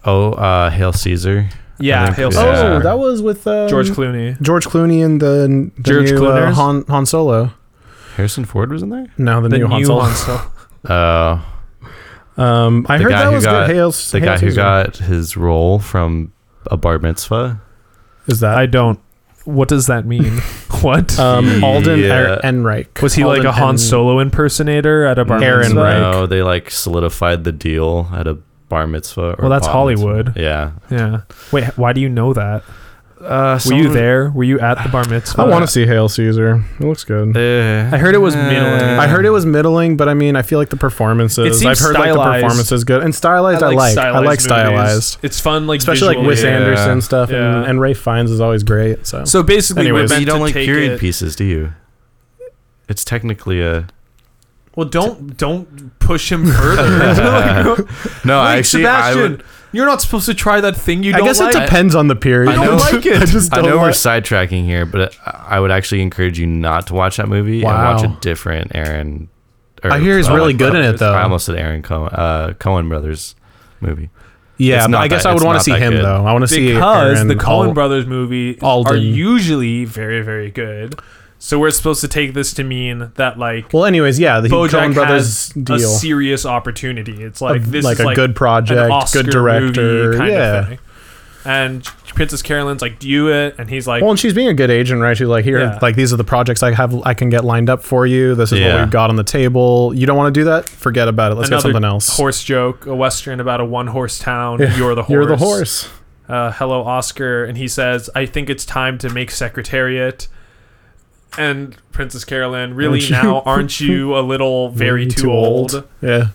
Oh, uh, Hail Caesar. yeah, think Hail it's- Caesar, Yeah. Oh, that was with um, George Clooney. George Clooney and the, the George new uh, Clooners? Han, Han Solo. Harrison Ford was in there. No, the, The new Han Solo. Han Solo. Oh, Um, I The heard guy that who was got- good. Hail, the guy who got his role from a bar mitzvah. is that <laughs> I don't. What does that mean? <laughs> Uh, what um, Alden Yeah. er- Enreich? was he like Alden a Han En- Solo impersonator at a bar Aaron mitzvah? Reich. No, they like solidified the deal at a bar mitzvah. Or Well, that's bat mitzvah. Hollywood. Yeah. Yeah. Wait, why do you know that? Uh, Were you there? Were you at the bar mitzvah? I want to see Hail Caesar. It looks good. Eh. I heard it was middling. I heard it was middling, but I mean, I feel like the performances. It seems I've heard like stylized. the performances good and stylized. I like. I like, movies. stylized, It's fun, like especially like Wes visually. Yeah. Anderson stuff. Yeah. And, and Ray Fiennes is always great. So, So basically, Anyways. we're meant You don't to like take period it- pieces, do you? It's technically a Well, don't don't push him further. <laughs> <laughs> Like, no. Wait, actually, Sebastian, I would. you're not supposed to try that thing you I don't guess like. it depends on the period. I I don't know- like it. I just I don't. know we're like- sidetracking here, but I I would actually encourage you not to watch that movie Wow. and watch a different Aaron. or I hear he's Coen really good in it, Brothers. though. I almost said Aaron Cohen, uh, Cohen brothers movie. yeah, It's but not I guess that- I would it's want to not see that him good. though. I want to see because Aaron the Coen Paul- Brothers movies Alden. are usually very very good. So we're supposed to take this to mean that like Well, anyways, yeah, the BoJack Coen Brothers has a deal, serious opportunity. It's like Of, this like is a like good an project, Oscar good director, movie kind yeah. of thing. And Princess Carolyn's like, "Do you it?" And he's like, Well, and she's being a good agent, right? She's like, here, Yeah. like these are the projects I have, I can get lined up for you. This is what Yeah. we've got on the table. You don't want to do that? Forget about it. Let's get Another something else. horse joke, a western about a one horse town. Yeah. You're the horse. You're the horse. Uh, hello, Oscar. And he says, I think it's time to make Secretariat. And Princess Carolyn, really Aren't you- now, aren't you a <laughs> little very You're too, old? Yeah.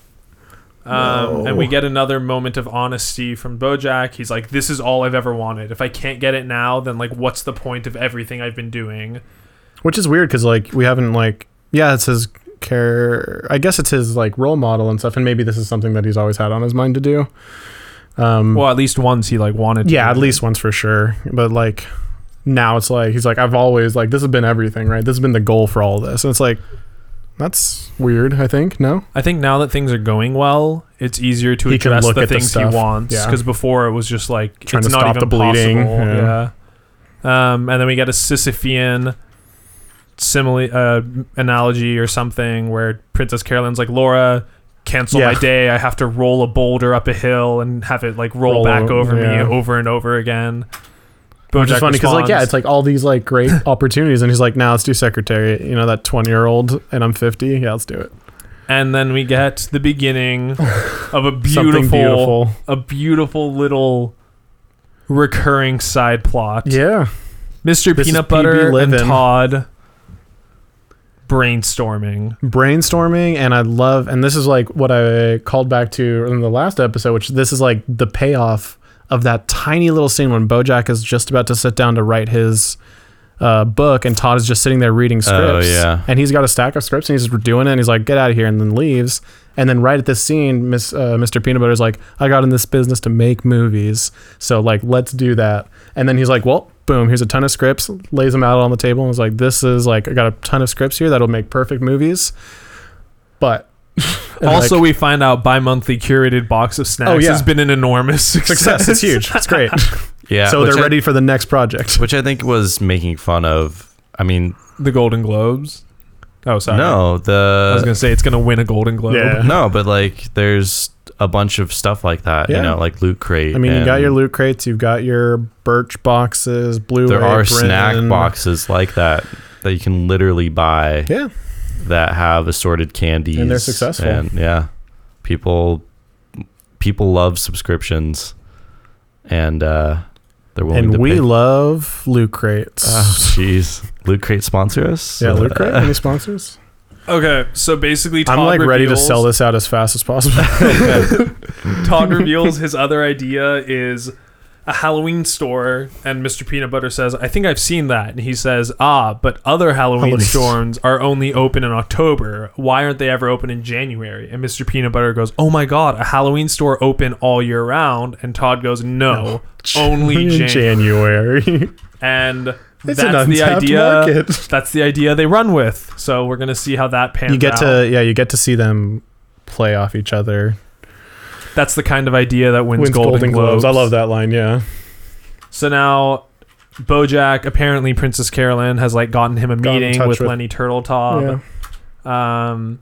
Um, No. And we get another moment of honesty from Bojack. He's like, This is all I've ever wanted. If I can't get it now, then like, what's the point of everything I've been doing? Which is weird because like we haven't like yeah, it's his care. I guess it's his like role model and stuff, and maybe this is something that he's always had on his mind to do. Um. Well, at least once he like wanted to. yeah, at least once for sure. But like now it's like he's like I've always like this has been everything, right? This has been the goal for all this, and it's like That's weird, I think. No? I think now that things are going well, it's easier to He can address look the at the things he stuff. wants. Yeah. Because before it was just like Trying it's to not stop even the bleeding, possible. Yeah. yeah. Um, and then we get a Sisyphean simile uh, analogy or something where Princess Carolyn's like Laura. Cancel Yeah. my day. I have to roll a boulder up a hill and have it like roll, Roll back o- over yeah. me over and over again. Bojack Which is funny because, like, yeah, responds, it's like all these like <laughs> great opportunities, and he's like, "Now let's do secretariat." You know, that twenty-year-old, and I'm fifty. Yeah, let's do it. and then we get the <laughs> beginning of a Something beautiful a beautiful little recurring side plot. Yeah, Mr. This is Peanut PB Butter and livin'. Todd brainstorming. brainstorming, and I love, and this is like what I called back to in the last episode, which this is like the payoff of that tiny little scene when BoJack is just about to sit down to write his uh, book, and Todd is just sitting there reading Oh, scripts. yeah. and he's got a stack of scripts, and he's just doing it, and he's like, "Get out of here," and then leaves. And then right at this scene, Miss uh, Mr. Peanut Butter is like, "I got in this business to make movies, so like, let's do that." And then he's like, "Well." Boom! Here's a ton of scripts. Lays them out on the table and was like, "This is like I got a ton of scripts here that'll make perfect movies." But <laughs> and, also, like, we find out bi-monthly curated box of snacks Oh, yeah. has been an enormous <laughs> success. <laughs> success is huge. It's great. Yeah. so which they're I- ready for the next project. Which I think was making fun of. I mean, The Golden Globes. Oh, sorry. no, uh, I was the gonna say it's gonna win a Golden Globe. Yeah. no, but like there's a bunch of stuff like that. You Yeah. know, like loot crate. I mean, you got and your loot crates, you've got your birch boxes, blue. There are Apron. snack boxes like that that you can literally buy Yeah, that have assorted candies And they're successful. And yeah, people people love subscriptions, and uh, they're willing and to we pay. love loot crates. Oh, jeez, loot crate sponsor us. yeah, loot Uh, crate. Any sponsors? Okay, so basically, Todd I'm like ready to reveals- sell this out as fast as possible. Todd reveals his other idea is a Halloween store, and Mr. Peanut Butter says, I think I've seen that. And he says, Ah, but other Halloween, Halloween. stores are only open in October. Why aren't they ever open in January? And Mr. Peanut Butter goes, Oh my God, a Halloween store open all year round. And Todd goes, No, <laughs> only in January. January. And it's an that's the untapped idea. market. That's the idea they run with. So we're going to see how that pans out. You get to yeah, you get to see them play off each other. That's the kind of idea that wins, Wins Golden, Globes. I love that line. Yeah, So now Bojack apparently Princess Carolyn has like gotten him a Got in meeting touch with, with- Lenny Turtletop. Yeah. Um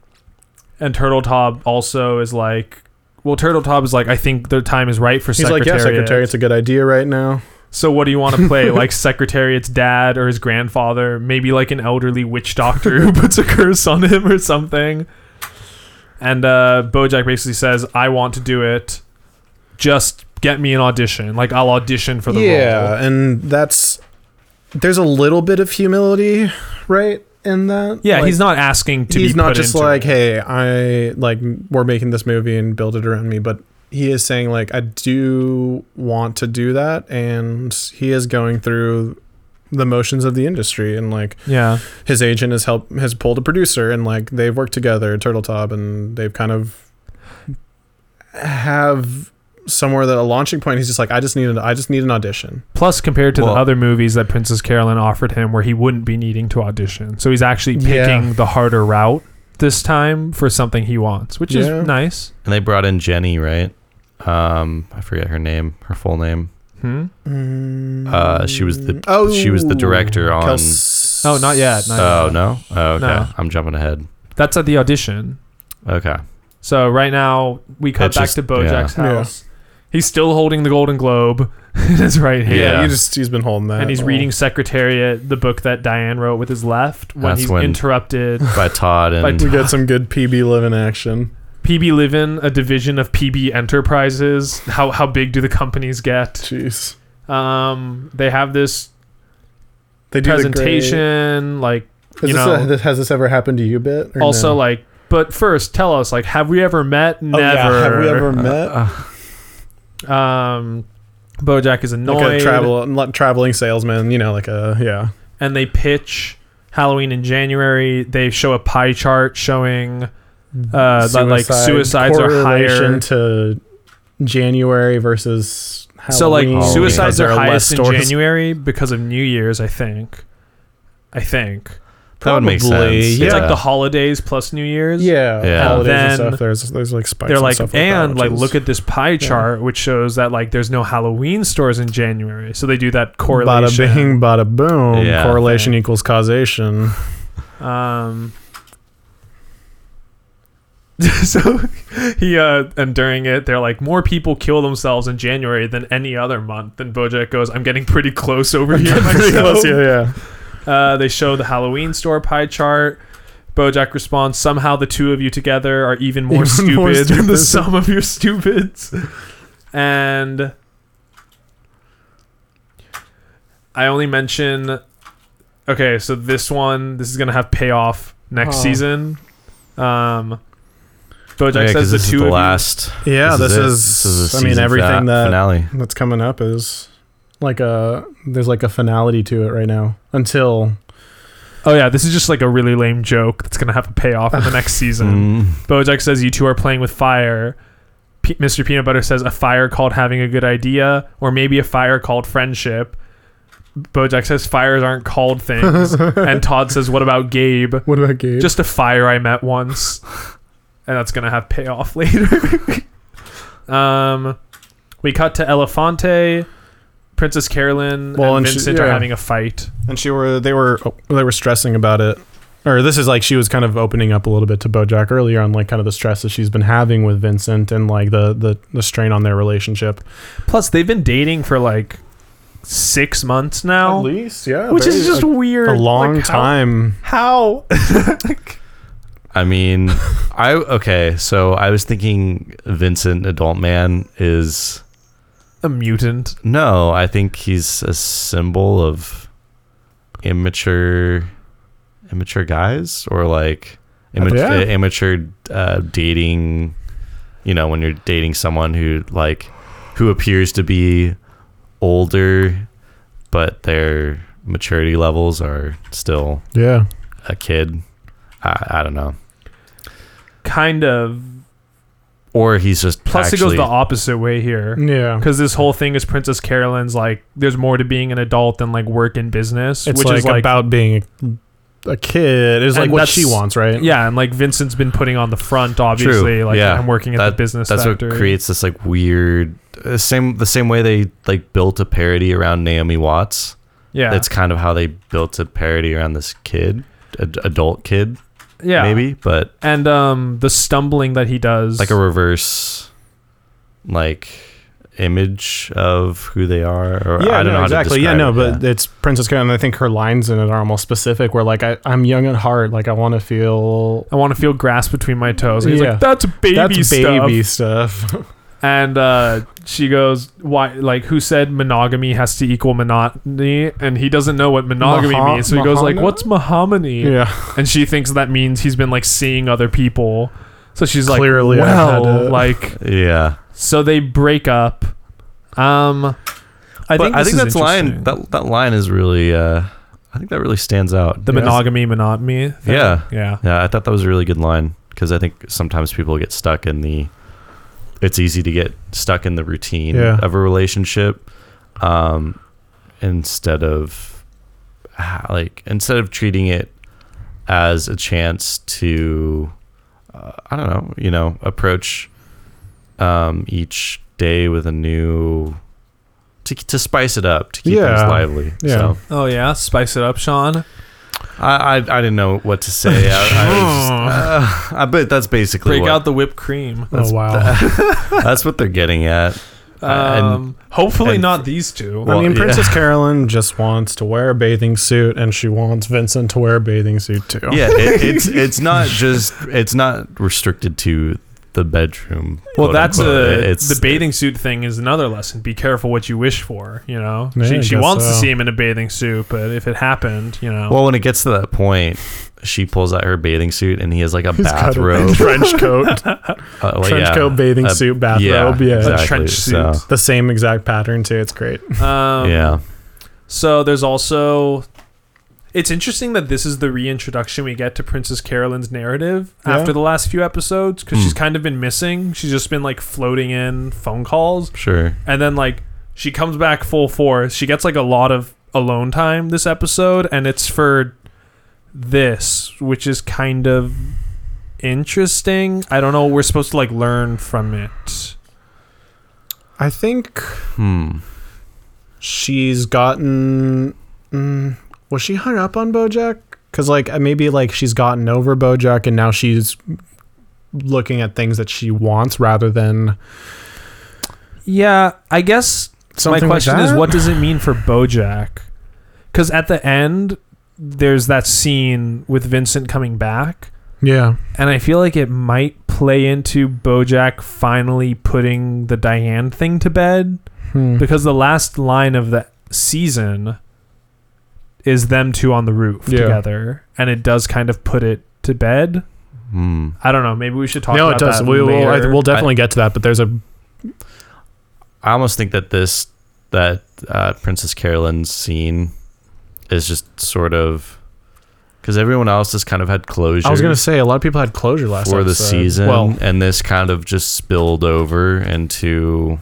and Turtletop also is like well Turtletop is like I think the time is right for he's like, Secretariat. yeah, secretariat's a good idea right now. So what do you want to <laughs> play? like Secretariat's dad or his grandfather, maybe like an elderly witch doctor who <laughs> puts a curse on him or something. And uh, Bojack basically says, "I want to do it. Just get me an audition. Like I'll audition for the role." yeah, and that's there's a little bit of humility, right? In that, Yeah, Like, he's not asking to he's be not put just into like, it. hey, I like m- we're making this movie and build it around me, but he is saying like I do want to do that, and he is going through the motions of the industry and like yeah. his agent has helped has pulled a producer and like they've worked together turtle top and they've kind of have somewhere that a launching point he's just like i just need an i just need an audition Plus, compared to Well- the other movies that Princess Carolyn offered him, where he wouldn't be needing to audition, so he's actually picking Yeah. the harder route this time for something he wants, which Yeah. is nice. <laughs> And they brought in Jenny, right? Um, I forget her name, her full name. Hmm? Mm. Uh, she was the- she Oh. was the director on- Kels- Oh, not yet, not Oh no. Oh, okay, No. I'm jumping ahead. That's at the audition. Okay. So right now we cut It's back just- to Bojack's yeah. Yeah. house. He's still holding the Golden Globe <laughs> in his right hand. yeah, Yeah. he just he's been holding that And he's all- reading Secretariat, the book that Diane wrote with his left, when That's he's when- interrupted. By Todd <laughs> and By we get some good pb living action PB Livin, a division of PB Enterprises. How how big do the companies get? jeez Um, they have this they do the great- presentation, like Has you this- uh, know- has this ever happened to you bit or also no? like. But first, tell us, like, have we ever met? Oh, Never. yeah, have we ever met Um, BoJack is annoyed, like a travel like traveling salesman you know like a yeah and they pitch Halloween in January. They show a pie chart showing uh, that like suicides are correlation higher. to January versus Halloween. So like Halloween. suicides There are less highest in stores. January because of New Year's, I think. I think. That would make Probably, sense. yeah. It's like the holidays plus New Year's. yeah, Yeah. holidays and Then stuff. There's there's like spikes. They're and like, stuff like and that, like, which is look at this pie chart, which shows that like there's no Halloween stores in January. So they do that Bada correlation. bing, bada boom. Yeah. Correlation equals causation. Um, <laughs> so he uh, and during it, they're like, more people kill themselves in January than any other month. And Bojack goes, "I'm getting pretty close over here." <laughs> Pretty myself." close, <laughs> yeah, yeah. Uh, they show the Halloween store pie chart. Bojack responds, "Somehow the two of you together are even more, Even stupid, more than the stupid. sum of your stupids." And I only mention, okay, so this one, this is gonna have payoff next Oh. season. Um, Bojack Oh, Yeah, 'cause says the this is two the of last. Yeah, this, it. is. This is the I mean, season everything fi- that finale. that's coming up is like a there's like a finality to it right now until you. Oh yeah, this is just like a really lame joke that's gonna have a payoff in the <laughs> next season. Mm. Bojack says you two are playing with fire. P- Mr. Peanut Butter says a fire called having a good idea, or maybe a fire called friendship. Bojack says fires aren't called <laughs> things, and Todd says, "What about Gabe? what about Gabe? Just a fire I met <laughs> once, and that's gonna have payoff <laughs> later." um, we cut to Elefante. Princess Carolyn Well, and and she- Vincent are yeah. having a fight. and she were they were oh, they were stressing about it, or this is like she was kind of opening up a little bit to BoJack earlier on like kind of the stress that she's been having with Vincent and like the the, the strain on their relationship. Plus, they've been dating for like six months now, least, yeah, which is just weird. a long Like, how- time. How? <laughs> I mean, I okay. So I was thinking Vincent, adult man, is a mutant. no. I think he's a symbol of immature, immature guys, or like immature, Yeah. immature uh, dating. You know, when you're dating someone who like who appears to be older, but their maturity levels are still Yeah, a kid. I, I don't know. Kind of. Or he's just Plus, it goes actually- the opposite way here. yeah. Because this whole thing is Princess Carolyn's like, there's more to being an adult than like work and business, It's which like, is like, about being a, a kid. It's like And what that's- she wants, right? yeah, and like Vincent's been putting on the front, obviously. Like, yeah. I'm working at the That- business that's factory. what creates this like weird uh, same the same way they like built a parody around Naomi Watts. yeah, That's kind of how they built a parody around this kid, ad- adult kid, yeah, maybe, but And um, the stumbling that he does, like a reverse like image of who they are. Or yeah, I don't no, know how exactly. To yeah, describe no, it, but it's Princess Carolyn. I think her lines in it are almost specific. Where like I, I'm young at heart. Like I want to feel I want to feel grass between my toes. And he's Yeah. like, that's baby that's stuff. baby stuff. And uh, she goes, "Why? Like, who said monogamy has to equal monotony?" And he doesn't know what monogamy Maha- means, so he goes, "Like, Mahogany? what's mahogany?" yeah, And she thinks that means he's been like seeing other people. So she's like, Clearly I had "Well, to- <laughs> like." yeah. So they break up. Um, I but think I this think is that's line interesting. that that line is really uh I think that really stands out. the Yes. monogamy monotony. thing. Yeah. yeah. Yeah, I thought that was a really good line because I think sometimes people get stuck in the. It's easy to get stuck in the routine Yeah. of a relationship, um, instead of ah, like instead of treating it as a chance to, uh, I don't know, you know, approach um, each day with a new to to spice it up to keep Yeah. things lively. Yeah. So Oh yeah, spice it up, Sean. I, I I didn't know what to say. I, I, was <laughs> just, uh, I bet that's basically Break what, out the whipped cream. <laughs> oh wow. That's what they're getting at. Um, hopefully and- not these two. Well, I mean, yeah. Princess <laughs> Carolyn just wants to wear a bathing suit, and she wants Vincent to wear a bathing suit too. Yeah, it, it's it's not just it's not restricted to the bedroom. Well, quote that's unquote. a it's the bathing suit thing is another lesson. Be careful what you wish for. You know, Yeah, I she she guess wants to so. see him in a bathing suit, but if it happened, you know, Well, when it gets to that point, she pulls out her bathing suit and he has like a <laughs> He's got a bathrobe, <laughs> <laughs> trench coat, Uh, well, trench yeah, coat, bathing a- suit, Yeah, bathrobe. Yeah, exactly. A trench So, suit. the same exact pattern too. It's great. um, yeah, So there's also. It's interesting that this is the reintroduction we get to Princess Carolyn's narrative Yeah. after the last few episodes because Hmm. she's kind of been missing. She's just been like floating in phone calls, sure. and then like she comes back full force. She gets like a lot of alone time this episode, and it's for this, which is kind of interesting. I don't know. We're supposed to like learn from it. I think Hmm. she's gotten. Mm, was she hung up on Bojack? Because like uh, maybe like she's gotten over Bojack and now she's looking at things that she wants rather than Yeah, I guess something. my question like is that? what does it mean for Bojack? Because at the end, there's that scene with Vincent coming back, Yeah. and I feel like it might play into Bojack finally putting the Diane thing to bed. Hmm. because the last line of the season is them two on the roof Yeah. together, and it does kind of put it to bed. Hmm. I don't know. Maybe we should talk. No, it about does. That We will. I- later. We'll definitely get to that. But there's a I almost think that this that uh, Princess Carolyn's scene is just sort of because everyone else has kind of had closure. I was gonna say a lot of people had closure last for the episode. season, Well, and this kind of just spilled over into.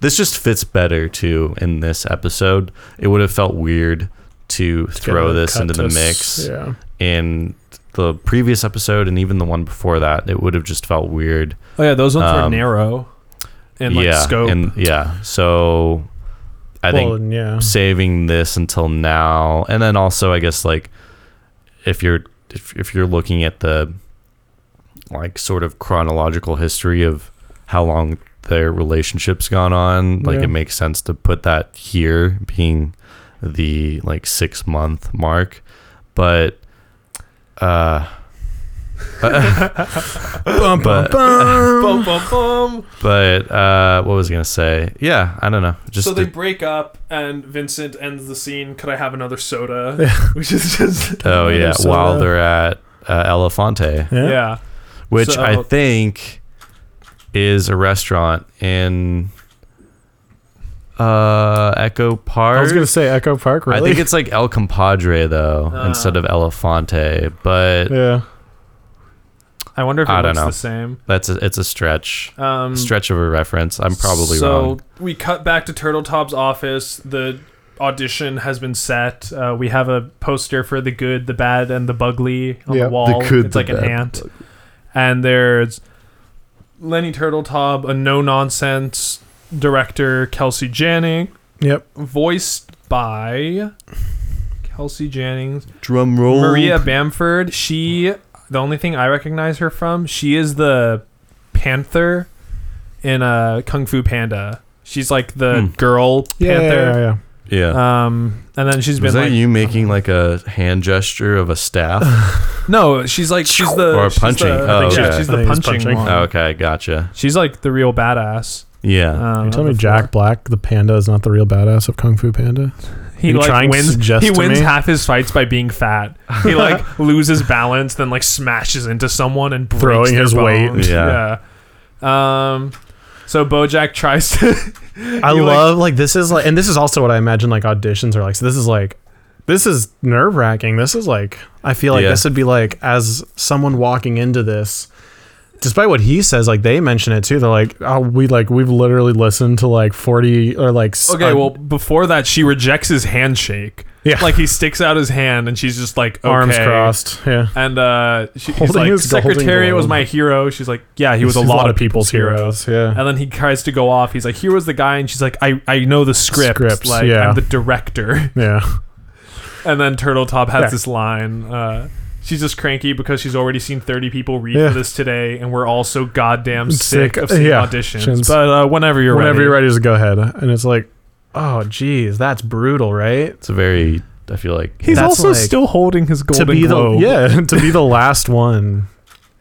This just fits better too in this episode. It would have felt weird to throw this cut into the to s- mix Yeah. in the previous episode and even the one before that. It would have just felt weird Oh yeah, those ones were um, narrow, and like yeah, scope. and yeah. So I well, think and yeah. saving this until now, and then also I guess like if you're if if you're looking at the like sort of chronological history of how long their relationship's gone on, like Yeah. it makes sense to put that here, being the like six month mark, but uh. <laughs> Bum, but- bum. Bum, bum, bum. But uh, what was I gonna say? Yeah, I don't know. Just so they the- break up, and Vincent ends the scene. Could I have another soda? Which is just oh Another yeah, while soda. they're at uh, Elefante. Yeah. yeah. which So- I think is a restaurant in uh Echo Park. I was gonna say Echo Park. Really? I think it's like El Compadre though Ah. instead of Elefante, but yeah. I wonder if it I don't looks know. the same. that's a, it's a stretch. Um, Stretch of a reference. I'm probably so wrong. we cut back to Turtle Top's office. The audition has been set. Uh, we have a poster for the good, the bad, and the bugly on Yeah, the the wall. good, it's the like an bad, ant. And there's Lenny Turtletop, a no nonsense director, Kelsey Jannings, Yep. voiced by Kelsey Jannings. Drum roll. Maria Bamford. She, the only thing I recognize her from, she is the panther in uh, Kung Fu Panda. She's like the Hmm. girl Yeah, yeah, yeah, panther. yeah. Yeah. Um, and then she's was been that like, you making like a hand gesture of a staff? no, she's like she's the Or she's punching. the- Oh, yeah, okay. Oh, she's I the think it's punching, punching. one. okay, gotcha. She's like the real badass. Yeah. Um, You tell of me the Jack Black, the panda, is not the real badass of Kung Fu Panda. four. He you like trying to wins. suggest He to wins me? half his fights by being fat. <laughs> He like loses balance, then like smashes into someone and breaks Throwing their his weight. bones. Yeah. Yeah. Um. So Bojack tries <laughs> to. I He, like- love like this is like, and this is also what I imagine like auditions are like. So this is like, this is nerve wracking. This is like, I feel like Yeah. this would be like as someone walking into this. Despite what he says, like they mention it too. They're like, oh, we like we've literally listened to like forty or like s- Okay, uh, well, before that, she rejects his handshake. Yeah. Like, he sticks out his hand, and she's just like, arms okay. crossed. Yeah, And uh, she, he's Holding like, his- holding Secretariat glove. was my hero. She's like, yeah, he was a He's lot, of people's hero. Yeah, And then he tries to go off. He's like, here was the guy. And she's like, I, I know the script. Scripts, like, yeah. I'm the director. yeah, And then Turtle Top has Yeah. this line. Uh, she's just cranky because she's already seen 30 people read Yeah. for this today, and we're all so goddamn sick, Sick, of seeing yeah. auditions. Chins. But uh, whenever you're Whenever ready. you're ready, just go ahead. And it's like, oh, geez, that's brutal, right? It's a very I feel like He's That's also like- still holding his golden to be globe. the yeah, to be the last one,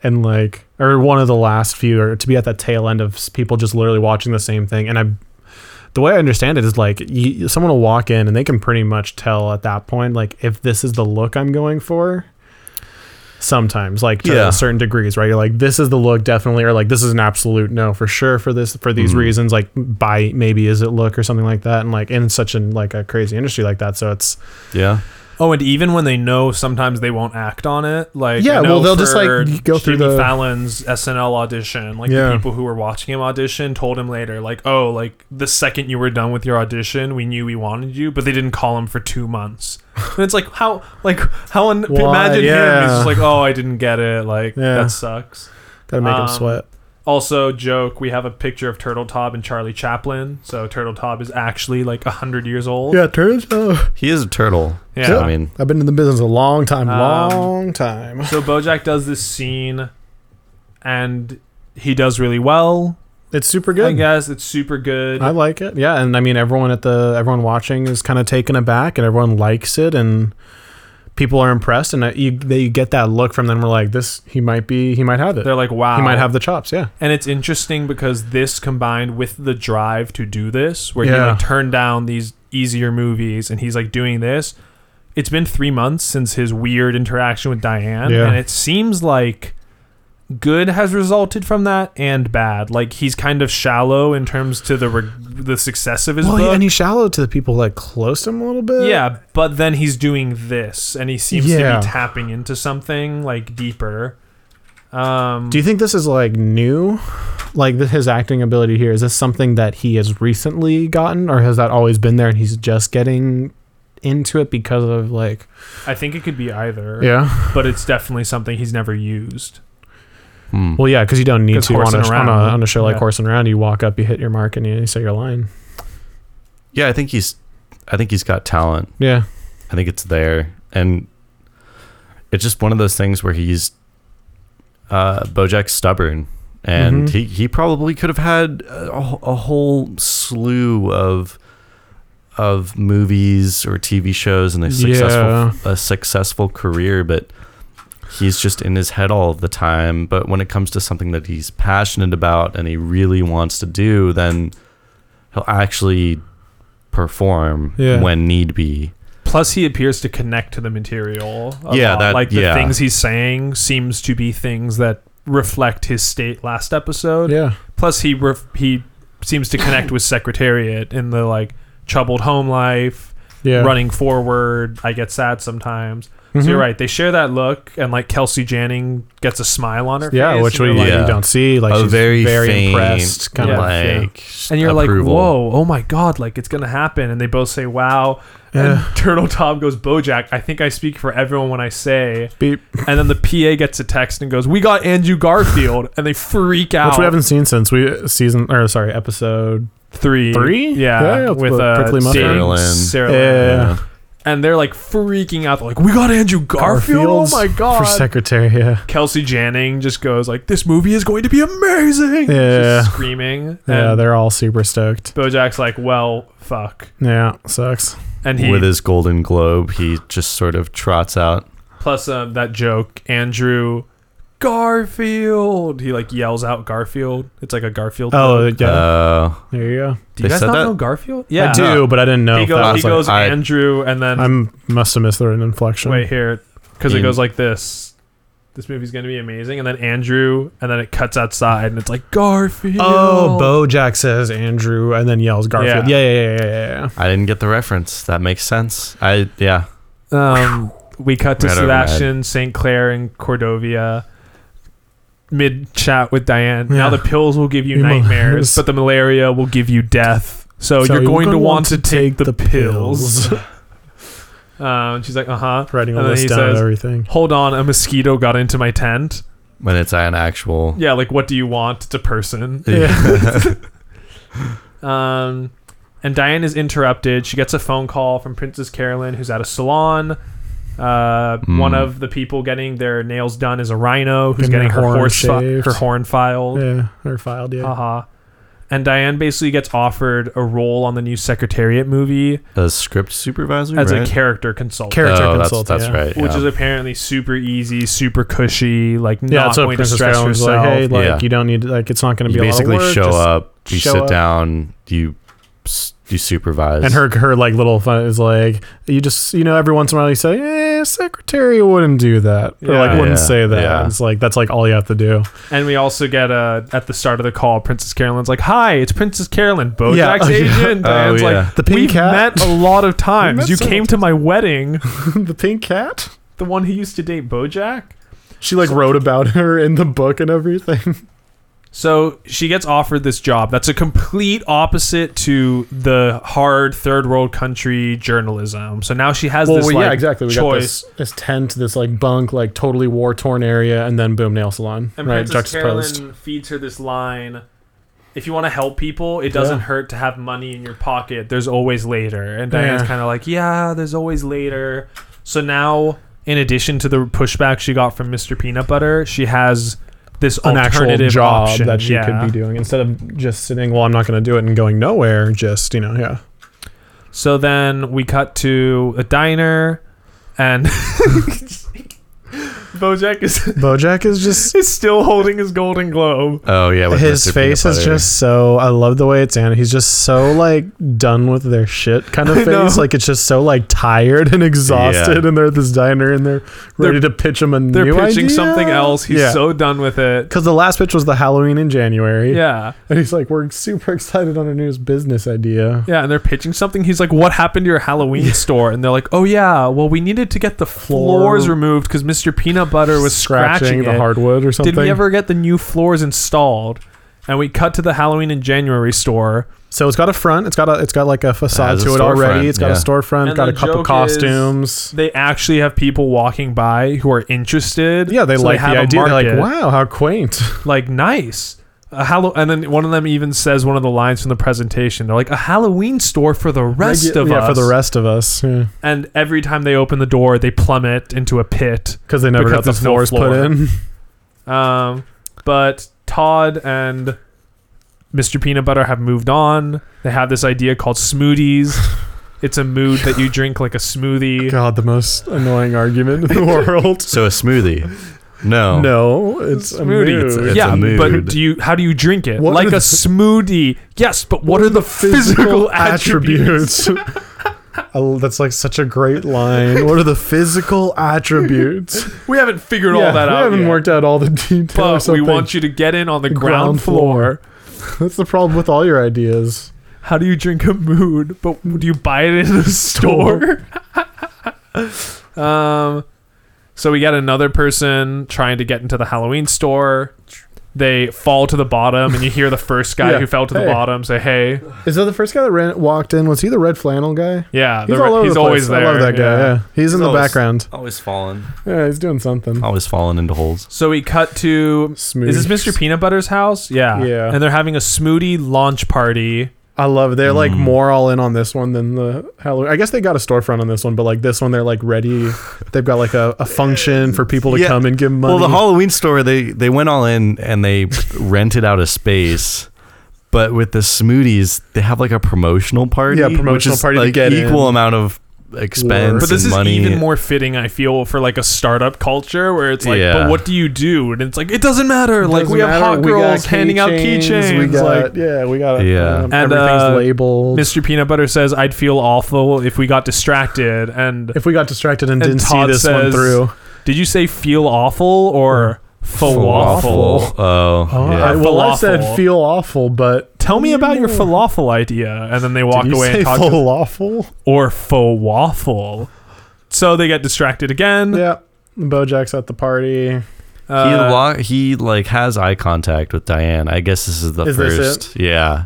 and like, or one of the last few, or to be at that tail end of s- people just literally watching the same thing. And I, the way I understand it is like, you, someone will walk in and they can pretty much tell at that point, like, if this is the look I'm going for. Sometimes, like to Yeah. certain degrees, right? You're like, this is the look, definitely, or like this is an absolute no for sure for this for these Mhm. reasons. Like, by maybe is it look or something like that, and like in such an like a crazy industry like that, so it's yeah. Oh, and even when they know, sometimes they won't act on it. Like Yeah, I know well, they'll just, for like, go through Jimmy the- Fallon's SNL audition. Like Yeah. the people who were watching him audition told him later, like, oh, like the second you were done with your audition, we knew we wanted you, but they didn't call him for two months. And it's like how, like how, un- Why? imagine him. Yeah. He's just like, oh, I didn't get it. Like Yeah. that sucks. Gotta make Um, him sweat. Also, joke, we have a picture of Turtle Tob and Charlie Chaplin. So Turtle Tob is actually like 100 years old. Yeah, turns out He is a turtle. Yeah. So, I mean, I've been in the business a long time, Um, long time. So Bojack does this scene and he does really well. It's super I good. guess it's super good. I like it. Yeah, and I mean everyone at the everyone watching is kind of taken aback, and everyone likes it, and people are impressed, and uh, you they get that look from them. We're like, this he might be, he might have it, They're like, wow. he might have the chops. Yeah, and it's interesting because this combined with the drive to do this, where he Yeah. like turned down these easier movies and he's like doing this. It's been three months since his weird interaction with Diane, Yeah. and it seems like good has resulted from that and bad. Like he's kind of shallow in terms to the re- the success of his well, he- book. and he's shallow to the people like close to him a little bit. yeah, but then he's doing this, and he seems Yeah. to be tapping into something like deeper. Um, Do you think this is like new, like th- his acting ability here? Is this something that he has recently gotten, or has that always been there, and he's just getting into it because of like I think it could be either. yeah but it's definitely something he's never used. hmm. well yeah because you don't need 'Cause to on a, horsing on, around. a, on a show like Yeah. horsing around you walk up you hit your mark and you, you say your line yeah, I think he's, I think he's got talent. yeah I think it's there, and it's just one of those things where he's uh, Bojack's stubborn, and Mhm. he he probably could have had a, a whole slew of of movies or TV shows and a successful Yeah. a successful career, but he's just in his head all of the time. But when it comes to something that he's passionate about and he really wants to do, then he'll actually perform Yeah. when need be. Plus, he appears to connect to the material. a Yeah, lot. that- like the yeah. things he's saying seems to be things that reflect his state last episode. yeah Plus, he ref- he seems to connect with Secretariat in the like troubled home life, yeah Mm-hmm. running forward. I get sad sometimes. So you're right. They share that look, and like Kelsey Janning gets a smile on her. yeah face, which and we you're like, Yeah. you don't see like a she's very, very, faint, impressed kind yeah. of like like, and you're approval. like, whoa, oh my god, like it's gonna happen. And they both say, wow. Yeah. And <laughs> Turtle Tom goes, Bojack, I think I speak for everyone when I say. beep And then the PA gets a text and goes, we got Andrew Garfield, and they freak out. which we haven't seen since we season or sorry episode three, Three? yeah, Yeah, with with uh, Prickly Muffin. dating Sarah Lynn. Sarah Yeah. Lynn. Yeah. and they're like freaking out. They're like, we got Andrew Garfield. Garfields oh my for god. secretary yeah Kelsey Janning just goes like, "This movie is going to be amazing!" Yeah. She's screaming. yeah And they're all super stoked Bojack's like, "Well, fuck," yeah sucks and he With his Golden Globe, he just sort of trots out. plus um, that joke andrew garfield he like yells out garfield it's like a garfield oh joke. yeah Uh, there you go do you they guys said not that? know garfield yeah I do, but I didn't know. he if that goes, he was, like- goes I- andrew and then I'm Mm. must have missed the inflection. wait here because it In- goes like this this movie's gonna be amazing and then andrew and then it cuts outside and it's like garfield Oh, BoJack says Andrew, and then yells Garfield. Yeah. Yeah, yeah, yeah, yeah, yeah. I didn't get the reference. That makes sense. I yeah. Um, we cut to Right over my head. Sebastian, St. Clair, and Cordovia. Mid chat with Diane. Now Yeah. the pills will give you You mal- <laughs> nightmares, but the malaria will give you death. So, So you're going to gonna want to take the pills. <laughs> pills. <laughs> um, she's like, uh huh. Writing all And then this he down and says- everything. Hold on, a mosquito got into my tent. When it's an actual. Yeah, like what do you want? It's a person. Um, and Diane is interrupted. She gets a phone call from Princess Carolyn, who's at a salon. Uh, Mm. One of the people getting their nails done is a rhino who's Getting getting her her horn horse fi- shaved. her horn filed. Yeah, they're filed. Yeah, Haha. And Diane basically gets offered a role on the new Secretariat movie <laughs> A script supervisor. as right? a character consultant, Character Oh, that's, consultant, that's yeah. right. which yeah. is apparently super easy, super cushy, like yeah. not That's what going to Princess stress Carolyn's like. yourself. Hey, like Yeah. you don't need. to- Like it's not going to you be. basically a lot of work, show just- up. You show sit up. down. You s- you supervise. And her her like little fun is like you just you know every once in a while you say eh, a secretary wouldn't do that, or like Yeah. wouldn't Yeah, say that. yeah. It's like that's like all you have to do. And we also get uh, at the start of the call, Princess Carolyn's like, "Hi, it's Princess Carolyn, Bojack's Yeah. Oh, yeah. <laughs> agent." Oh, Diane's yeah. like, The pink "We've cat." met a lot of times. met you several came to my wedding. <laughs> the pink cat. The one who used to date Bojack." She like wrote about her in the book and everything. So she gets offered this job that's a complete opposite to the hard third world country journalism. So now she has this like, choice. got this, this tent, this like bunk, like totally war torn area, and then boom, nail salon. And right, Princess juxtaposed. Carolyn feeds her this line. If you want to help people, it doesn't Yeah. hurt to have money in your pocket. There's always later. And Diane's Yeah. kind of like, yeah, there's always later. So now, in addition to the pushback she got from Mr. Peanut Butter, she has this An actual alternative job option that she yeah. could be doing instead of just sitting. Well, I'm not going to do it and going nowhere. Just you know, <laughs> yeah. So then we cut to a diner, and <laughs> Bojack is, Bojack is just is still holding his Golden Globe. Oh yeah, with his Mr. Peanut face is Butter. just so. I love the way it's and he's just so like done with their shit kind <laughs> of I know. face. Like it's just so like tired and exhausted, Yeah. and they're at this diner and they're ready to pitch him a They're new pitching idea. something else. He's yeah. so done with it. because the last pitch was the Halloween in January. Yeah. and he's like, "We're super excited on our new business idea." Yeah, and they're pitching something. He's like, "What happened to your Halloween store?" And they're like, "Oh yeah, well we needed to get the Floor- floors removed because Mr. Peanut Butter was scratching, the it. hardwood or something. Did we ever get the new floors installed?" And we cut to the Halloween in January store. So it's got a front. It's got a. It's got like a facade has a to it already. storefront, It's got yeah. a storefront. And got a the couple joke costumes. They actually have people walking by who are interested. Yeah, they so like have the a idea. They're market. like, "Wow, how <laughs> quaint!" like nice. A Hallow- and then one of them even says one of the lines from the presentation. They're like, "A Halloween store for the rest Regu- of yeah, us." for the rest of us, because and every time they open the door, they plummet into a pit. they never Because got the there's no floors put floor. in. Um, but Todd and Mr. Peanut Butter have moved on. They have this idea called <laughs> smoothies. It's a mood that you drink like a smoothie. <laughs> God, the <laughs> most annoying argument <laughs> in the world. so a <laughs> smoothie. Oh. No, no, it's a Smoothie. mood. It's yeah, a mood. but do you? How do you drink it? What like are a the- smoothie. Yes, but what, are the <laughs> physical, attributes? I l- that's like such a great line. What are the physical <laughs> attributes? We haven't figured all that we out. haven't yet. worked out all the details. or But we something. want you to get in on the ground, Ground floor. floor. <laughs> That's the problem with all your ideas. How do you drink a mood? But do you buy it <laughs> in the store? <laughs> um, so we got another person trying to get into the Halloween store. They fall to the bottom, and you hear the first guy <laughs> Yeah. who fell to the Hey. bottom say, "Hey, Is that the first guy that ran, walked in? Was he the red flannel guy? yeah, He's the- all over he's the always place. there." I love that guy. Yeah, he's in the always- background. always falling, Yeah, he's doing something. Oh. always falling into holes. So we cut to Smooth. is this Mr. Peanut Butter's house? Yeah, Yeah. And they're having a smoothie launch party. I love. It. They're like Hmm. Mm. more all in on this one than the Halloween. I guess they got a storefront on this one, but like this one, they're like ready. They've got like a, a function for people to Yeah. come and give money. Well, the Halloween store they they went all in and <laughs> they rented out a space. But with the smoothies, they have like a promotional party. Yeah, which promotional is party to like get equal in. amount of expense But this and is money. even more fitting, I feel, for like a startup culture where it's like, Yeah. but what do you do? And it's like, it doesn't matter. like we Doesn't have matter. hot We got girls handing out keychains. We got like yeah, we got Yeah. um, And, everything's uh, labeled. Mr. Peanut Butter says, I'd feel awful if we got distracted. And if we got distracted and, and didn't Todd see this one says- through, did you say feel awful or falafel? Falafel. Oh, Oh, yeah. I, well, I said Falafel. feel awful, but Tell me about your Yeah. falafel idea. And then they walk Did you away say and talk to- <laughs> falafel? or falafel. So they get distracted again. yeah. Bojack's at the party. he Uh, lo- he like has eye contact with Diane. I guess this is the Is this first. Yeah,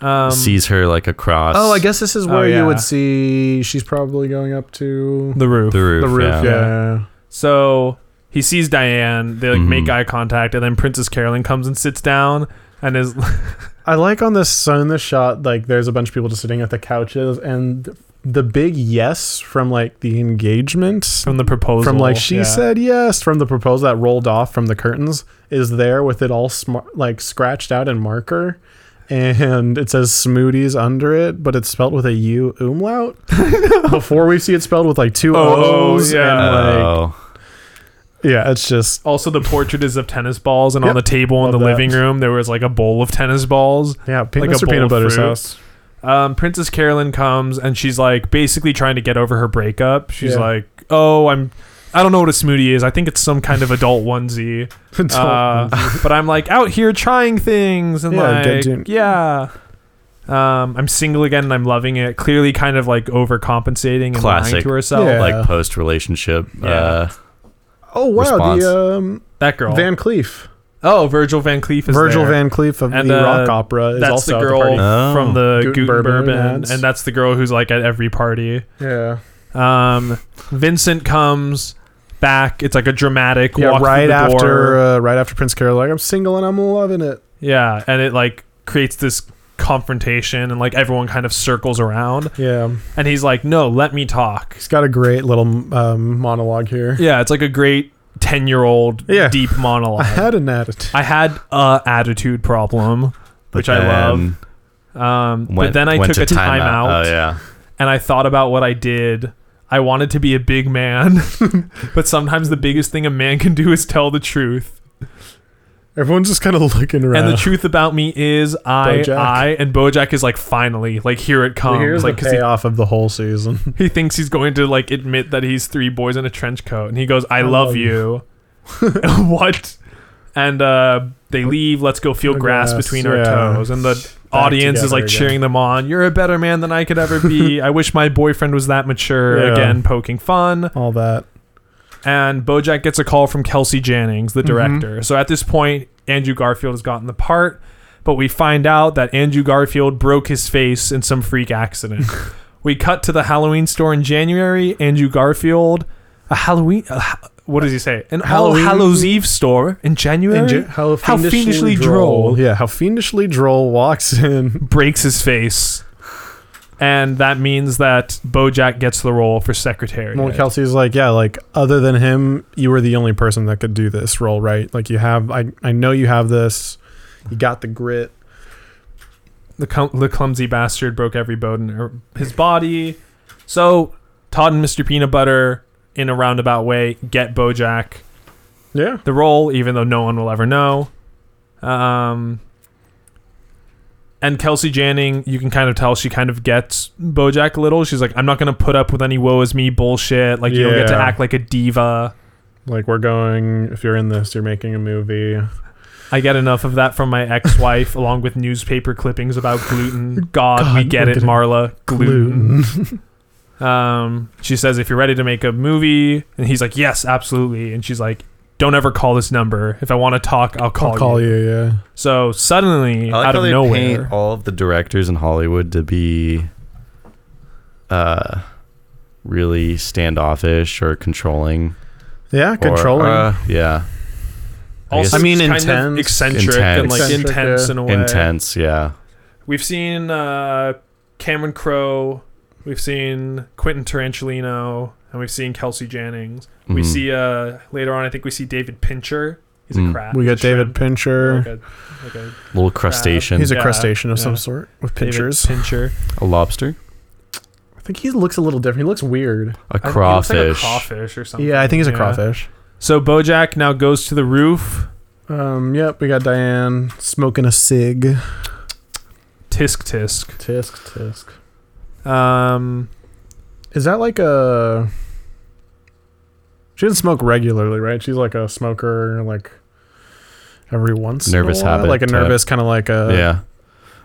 um, sees her like across. Oh, I guess this is Oh, where yeah. you would see she's probably going up to the roof. the roof. the roof. yeah. Yeah. So he sees Diane. They like Mhm. make eye contact, and then Princess Carolyn comes and sits down and is <laughs> I like on this so in this shot, like there's a bunch of people just sitting at the couches, and the big yes from like the engagement from the proposal. from like she yeah. said yes from the proposal that rolled off from the curtains is there with it all smar- like scratched out in marker and it says smoothies under it but it's spelled with a u <laughs> umlaut before we see it spelled with like two Oh, o's yeah. and like Oh. yeah it's just Also, the portrait is of tennis balls, and on Yep. the table in Love the that. living room, there was like a bowl of tennis balls. yeah Like like a Mr. bowl peanut of <laughs> butter's fruit. house um, Princess Carolyn comes and she's like basically trying to get over her breakup. She's Yeah. like, "Oh, I'm I don't know what a smoothie is. I think it's some kind of adult onesie." <laughs> Uh, but I'm like out here trying things and Yeah, like get to- yeah. Um, I'm single again and I'm loving it. Clearly, kind of like overcompensating and lying Classic. to herself. Yeah. like post relationship. Yeah. Uh, oh wow, response. the um, That girl. Van Cleef, oh, Virgil Van Cleef is Virgil there. Van Cleef of And, the uh, rock opera, is that's also the at girl party. Oh. from the Gutenberg Gutenberg ads. and, and that's the girl who's like at every party. yeah, Um, Vincent comes back. It's like a dramatic yeah. walk through Right the after, door. uh, right after Prince Carol, like I'm single and I'm loving it. yeah, and it like creates this confrontation, and like everyone kind of circles around, Yeah, and he's like, "No, let me talk." he's got a great little um, monologue here. Yeah, it's like a great ten-year-old Yeah. deep I monologue. had an attitude. I had a attitude problem, but which I love. then Um, went- but then I went took a to timeout, Oh yeah, and I thought about what I did. I wanted to be a big man, <laughs> but sometimes the biggest thing a man can do is tell the truth. Everyone's just kind of looking around. And the truth about me is I, Bojack. I, and Bojack is like finally, like here it comes, Here's like like the because payoff of the whole season. <laughs> he, he thinks he's going to like admit that he's three boys in a trench coat, and he goes, "I, I love, love you." <laughs> <laughs> what? And uh, they leave. Let's go feel The grass, grass, between our yeah. toes, and the audience is together like again. cheering them on. You're a better man than I could ever <laughs> be. I wish my boyfriend was that mature. Yeah. Again, poking fun. All that. and Bojack gets a call from Kelsey Jannings, Mm-hmm. the director. So at this point, Andrew Garfield has gotten the part, but we find out that Andrew Garfield broke his face in some freak <laughs> accident. we cut to the Halloween store in January. Andrew Garfield, a Halloween, a ha- what does he say? An All Halloween- e- Hallows Eve store in January. And ju- how, How fiendishly fiendishly droll. droll. Yeah, how fiendishly droll walks in. <laughs> breaks his face. And that means that Bojack gets the role for secretary. Well, Kelsey's like, yeah, like other than him, you were the only person that could do this role, right? Like you have, I, I know you have this. You got the grit. the, cum- the clumsy bastard broke every bone in her- his body. So Todd and Mr. Peanut Butter, in a roundabout way, get Bojack Yeah. the role, even though no one will ever know. Um, and Kelsey Janning, you can kind of tell she kind of gets Bojack a little. She's like, I'm not going to put up with any woe is me bullshit. Like, you don't get to Yeah. act like a diva. Like we're going. If you're in this, you're making a movie. I get enough of that from my ex wife, <laughs> along with newspaper clippings about gluten. God, we God, get we it, get it. Marla. gluten. Gluten. Um, she says, if you're ready to make a movie, and he's like, yes, absolutely. And she's like, don't ever call this number. If I want to talk, I'll call, I'll call you. Yeah. So suddenly, I like out how of they nowhere, paint all of the directors in Hollywood to be, uh, really standoffish or controlling. Yeah. or, Controlling. uh, yeah, I guess also I mean, just kind of intense. eccentric, and like intense Intense. Eccentric, yeah. in a way. intense. Yeah, We've seen uh, Cameron Crowe, we've seen Quentin Tarantulino, and we've seen Kelsey Jannings. We Mhm. see uh, later on, I think we see David Pincher. He's a Mm. crab. we He's a got David shrimp. Pincher. Like a, like a little crustacean, He's a Yeah, crustacean of yeah. some sort with David pinchers. Pincher. a lobster, I think he looks a little different. He looks weird. a I think he looks like a crawfish. crawfish or something. Yeah, I think he's a Yeah. crawfish. So Bojack now goes to the roof. Um, yep, we got Diane smoking a cig. Tisk tisk. Tisk tisk. Um, Is that like a? She doesn't smoke regularly, right? She's like a smoker, like every once Nervous in a while. habit like a type. nervous kind of like a. yeah,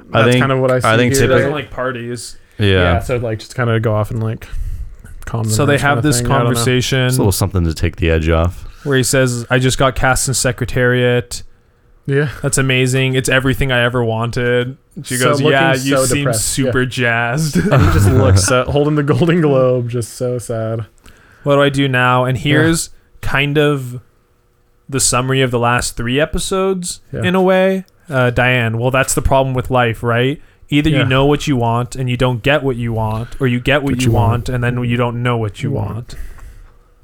that's think- kind of what I. See I think here. he typically- doesn't like parties. yeah, yeah. so like just kind of go off and like. Calm the So they nerves have kinda this thing. I don't know. conversation It's a little something to take the edge off. where he says, "I just got cast in Secretariat. Yeah, That's amazing. It's everything I ever wanted." She So goes, looking "Yeah, you so seem depressed." Yeah. super jazzed. <laughs> and he just <laughs> looks so, holding the Golden Globe, just so sad. what do I do now?" And here's kind of the summary of the last three episodes Yeah. in a way. Uh, Diane, well, that's the problem with life, right? Either Yeah. you know what you want and you don't get what you want, or you get what, What you, you want, and then you don't know what you You want.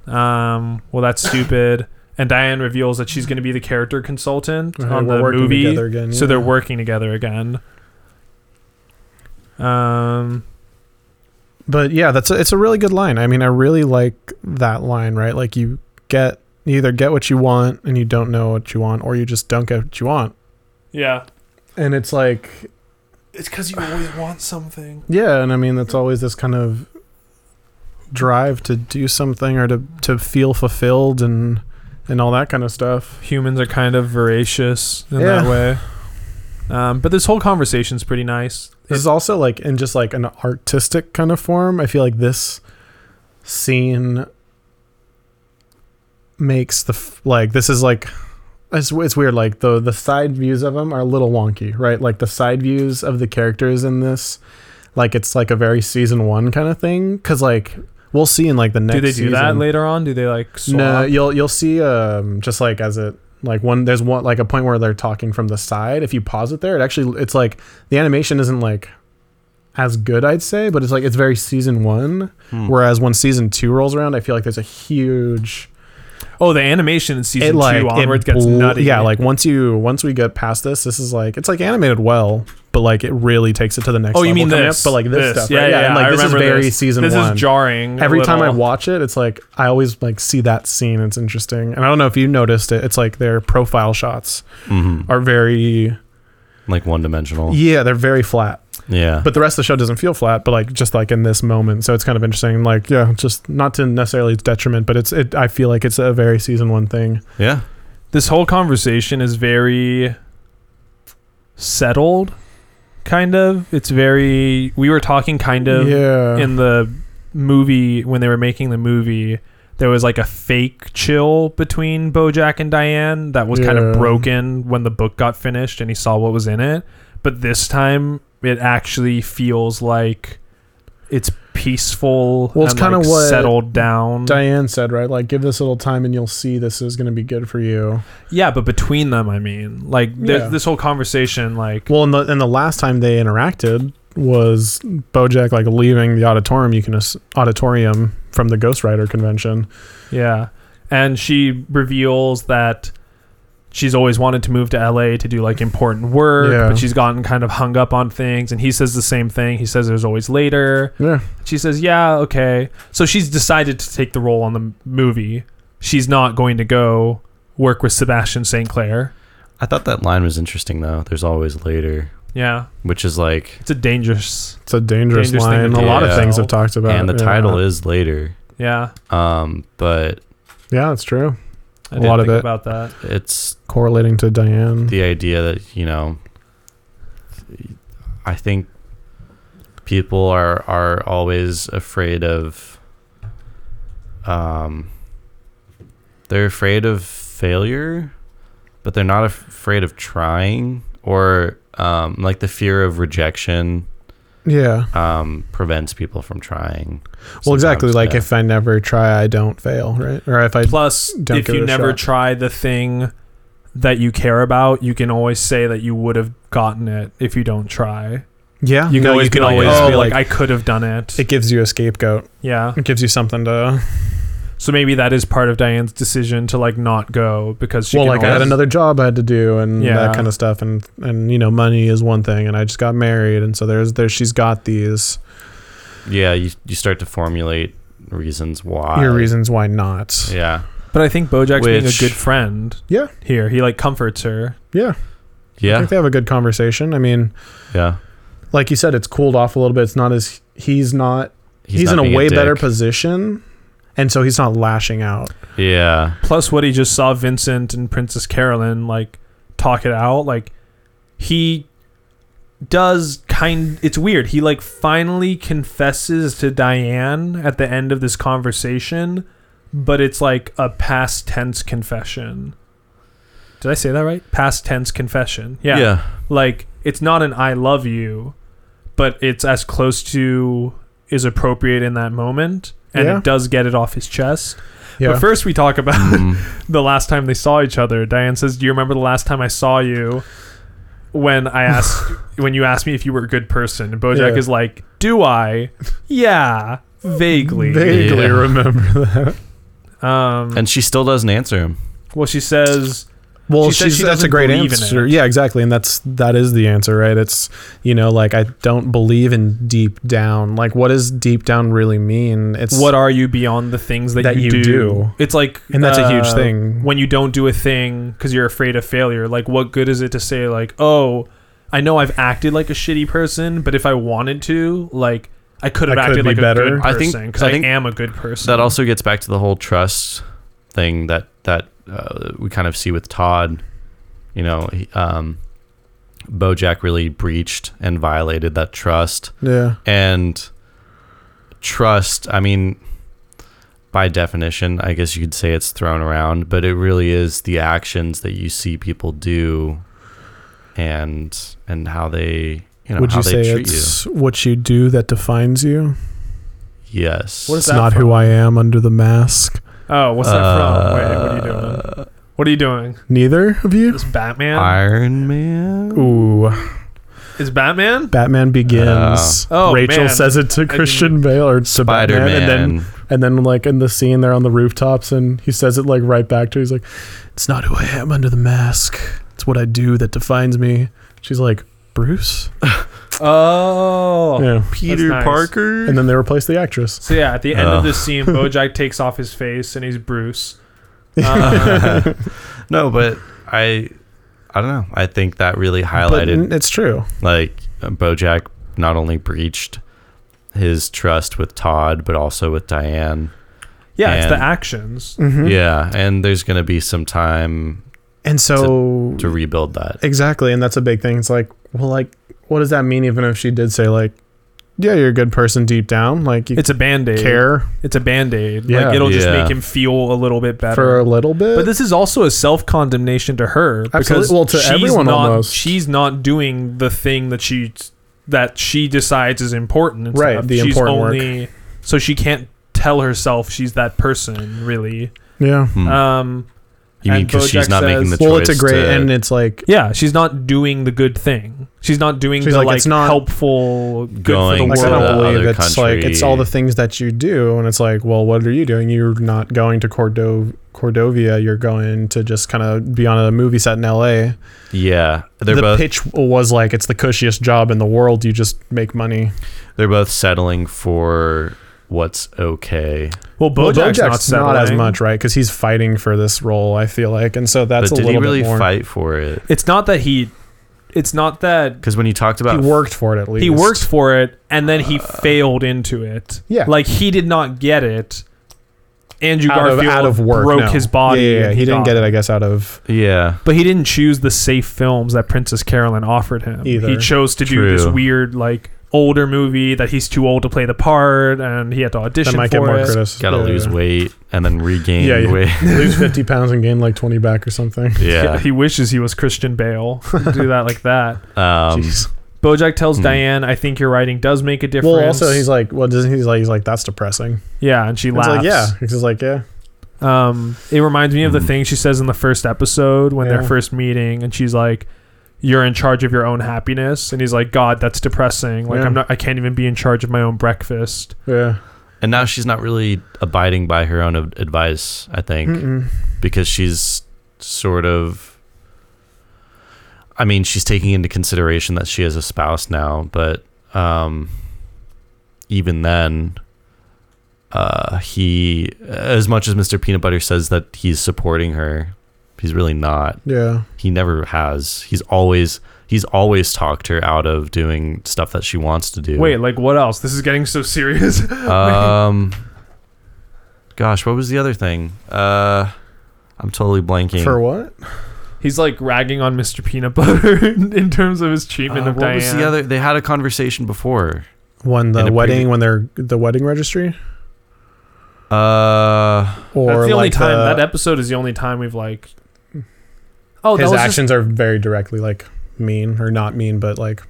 Um, well, that's stupid. And Diane reveals that she's going to be the character consultant Right, on we're the working movie, together again, so they're yeah. working together again. Um, But yeah, that's a, it's a really good line. I mean, I really like that line, right? Like you get you either get what you want and you don't know what you want, or you just don't get what you want. yeah, And it's like It's because you always want something. Yeah, and I mean that's always this kind of drive to do something or to to feel fulfilled and and all that kind of stuff. Humans are kind of voracious in that Yeah. way. Um, but this whole conversation's pretty nice. This is also like in just like an artistic kind of form. I feel like this scene makes the f- like this is like it's, it's weird like the the side views of them are a little wonky, right? Like the side views of the characters in this like it's like a very season 1 kind of thing cuz like we'll see in like the next do they do that season- later on? Do they like swap? No, you'll you'll see um just like as it like one there's one like a point where they're talking from the side. If you pause it there, it actually it's like the animation isn't like as good, I'd say, but it's like it's very season one. Hmm. Whereas when season two rolls around, I feel like there's a huge oh, the animation in season it like two it onwards gets bl- nutty. Yeah, like once you once we get past this, this is like it's like animated well, but like it really takes it to the next. oh, you level mean coming up, this? But like this, stuff, yeah, right? yeah. and, like I this is remember very this. season This one. is jarring. a Every time I little. watch it, it's like I always like see that scene. It's interesting, and I don't know if you noticed it. It's like their profile shots hmm are very Like one dimensional. yeah, they're very flat. Yeah. But the rest of the show doesn't feel flat, but like just like in this moment, so it's kind of interesting. Like yeah, just not to necessarily its detriment, but it's it. I feel like it's a very season one thing. yeah. this whole conversation is very settled kind of it's very we were talking kind of yeah, in the movie when they were making the movie there was like a fake chill between bojack and diane that was kind of Yeah. broken when the book got finished and he saw what was in it but this time it actually feels like it's peaceful Well, it's and, kinda like, what settled down Diane said right, like give this a little time and you'll see this is going to be good for you. yeah but between them i mean like there- Yeah. this whole conversation like Well, and the and the last time they interacted was BoJack like leaving the auditorium. You can ass- auditorium from the Ghost Rider convention. Yeah. And she reveals that she's always wanted to move to LA to do like important work, Yeah. but she's gotten kind of hung up on things. And he says the same thing. He says there's always later. Yeah, She says, yeah, okay. So she's decided to take the role on the m- movie. She's not going to go work with Sebastian St. Clair. I thought that line was interesting though. There's always later, Yeah. which is like, It's a dangerous. it's a dangerous, Dangerous thing line. to A lot do. of Yeah. things have talked about. and the yeah. title is later. Yeah. Um, but yeah, it's true. I A didn't lot of think it. about that. it's Correlating to Diane. the idea that you know i think people are are always afraid of um they're afraid of failure but they're not af- afraid of trying or um like the fear of rejection yeah. um prevents people from trying Well, exactly. sometimes, Like yeah. if I never try, I don't fail, right? Or if I Plus, don't if give you it a never shot. try the thing that you care about, you can always say that you would have gotten it if you don't try. yeah, You can no, always, you can be always oh, be like, I could have done it. it gives you a scapegoat. Yeah. It gives you something to. So maybe that is part of Diane's decision to like not go because she well, can like I had always- another job I had to do and Yeah. that kind of stuff, and and you know, money is one thing, and I just got married, and so there's there she's got these yeah you, you start to formulate reasons why your reasons why not. yeah But I think Bojack's being a Which- good friend. Yeah. Here, he like comforts her. Yeah, I yeah think they have a good conversation. I mean, yeah like you said, it's cooled off a little bit. It's not as he's not he's, not in being a way better dick. position, and so he's not lashing out. yeah Plus, what he just saw Vincent and Princess Carolyn like talk it out. Like he does kind. It's weird. He like finally confesses to Diane at the end of this conversation, but it's like a past tense confession. Did I say that right? Past tense confession. Yeah. yeah like it's not an I love you, but it's as close to is appropriate in that moment. And Yeah. it does get it off his chest. Yeah, But first, we talk about Mm. the last time they saw each other. Diane says, "Do you remember the last time I saw you?" When <laughs> I asked, when you asked me if you were a good person, and Bojack Yeah. is like, "Do I? Yeah, vaguely." vaguely Yeah. remember <laughs> that. um, And she still doesn't answer him. well, she says, Well, She said she's, she that's a doesn't great believe in answer. it. Yeah, exactly, and that's that is the answer, right? It's you know, like I don't believe in deep down. Like, what does deep down really mean? It's "What are you beyond the things that, That you, you do? do. It's like, and that's a huge uh, thing. when you don't do a thing because you're afraid of failure like what good is it to say like oh I know I've acted like a shitty person, but if I wanted to, like I could have I could acted be like a better. good I think- person because I I, think am a good person. That also gets back to the whole trust thing that that uh, we kind of see with Todd. You know, he, um, BoJack really breached and violated that trust, Yeah. and trust. I mean, by definition, I guess you could say it's thrown around, but it really is the actions that you see people do, and and how they you know Would how you they say treat you. it's what you do that defines you? Yes. What is It's that not from? who I am under the mask. oh, what's that from? Wait, what are you doing? Uh, What are you doing? Neither of you. Is Batman? Iron Man. Ooh, is Batman? Batman Begins. Oh, Rachel man. says it to Christian Bale or to Spider Batman, and then Man. and then like in the scene they're on the rooftops and he says it like right back to. her. He's like, "It's not who I am under the mask. It's what I do that defines me." She's like, "Bruce." Oh. Yeah. Peter nice. Parker. And then they replace the actress. So yeah, at the end Oh. of this <laughs> scene, Bojack takes off his face and he's Bruce. Uh, <laughs> <laughs> no, but I, I don't know. I think that really But highlighted n- it's true. like BoJack not only breached his trust with Todd, but also with Diane. yeah, it's the And- actions. Mhm. Yeah, and there's gonna be some time And so to rebuild that. Exactly, and that's a big thing. It's like, well, like, what does that mean? Even if she did say, like, yeah, you're a good person deep down, like you It's a band aid. care It's a band aid. Yeah. Like it'll just Yeah. make him feel a little bit better. for a little bit. But this is also a self condemnation to her because Absolutely. Well, to she's everyone not, almost. she's not doing the thing that she that she decides is important. and Right, stuff. the she's important work. only so she can't tell herself she's that person really. yeah. Hmm. Um, you mean and because she's BoJack not making the says- choice? Well, it's a great, to- and it's like yeah, she's not doing the good thing. She's not doing She's the like, like, it's not helpful good going for like the to I world. the don't believe other it's like it's all the things that you do, and it's like, well, what are you doing? You're not going to Cordo- Cordovia. You're going to just kind of be on a movie set in L.A. yeah, they're the both pitch was like, it's the cushiest job in the world. You just make money. they're both settling for what's okay. well, Well, BoJack's, Bojack's, not, eh? not, as settling. much, right? Because he's fighting for this role, I feel like, and so that's but a did he little really bit more. fight for it? It's not that he. It's not that Because when you talked he about worked for it at least. he worked for it and then Uh, he failed into it. Yeah. Like he did not get it. Andrew out of, Garfield out of work. broke no. his body. Yeah, yeah, yeah. and he didn't got get it. I guess out of yeah, But he didn't choose the safe films that Princess Carolyn offered him. Either. He chose to True. do this weird like older movie that he's too old to play the part and he had to that audition might get for more it. criticism. gotta Yeah, lose yeah. weight and then regain Yeah, yeah. weight. <laughs> lose fifty pounds and gain like twenty back or something. Yeah. He wishes he was Christian <laughs> Bale. do that like that. <laughs> Um, Jeez. Bojack tells Hmm. Diane, I think your writing does make a difference. Well, also he's like, well, doesn't he's like he's like that's depressing. Yeah, and she It's laughs. like yeah, he's just like yeah, Um, it reminds me of the Mm. thing she says in the first episode when Yeah. they're first meeting, and she's like, "You're in charge of your own happiness," and he's like, "God, that's depressing. Like, Yeah. I'm not. I can't even be in charge of my own breakfast." yeah. and now she's not really abiding by her own ad- advice, I think, Mm-mm. because she's sort of. I mean, she's taking into consideration that she has a spouse now, but um, even then, uh, he, as much as Mr. Peanut Butter says that he's supporting her, he's really not. Yeah, he never has. He's always he's always talked her out of doing stuff that she wants to do. Wait, like what else? This is getting so serious. <laughs> um, gosh, what was the other thing? Uh, I'm totally blanking. Uh, for what? he's like ragging on Mr. Peanut Butter <laughs> in, in terms of his Uh, treatment of what Diane. was the other? They had a conversation before. When In the a wedding, previ- when they're the wedding registry, Uh, or That's the only like time. the- that episode is the only time we've like. Oh, that his was just- actions are very directly like mean or not mean, but like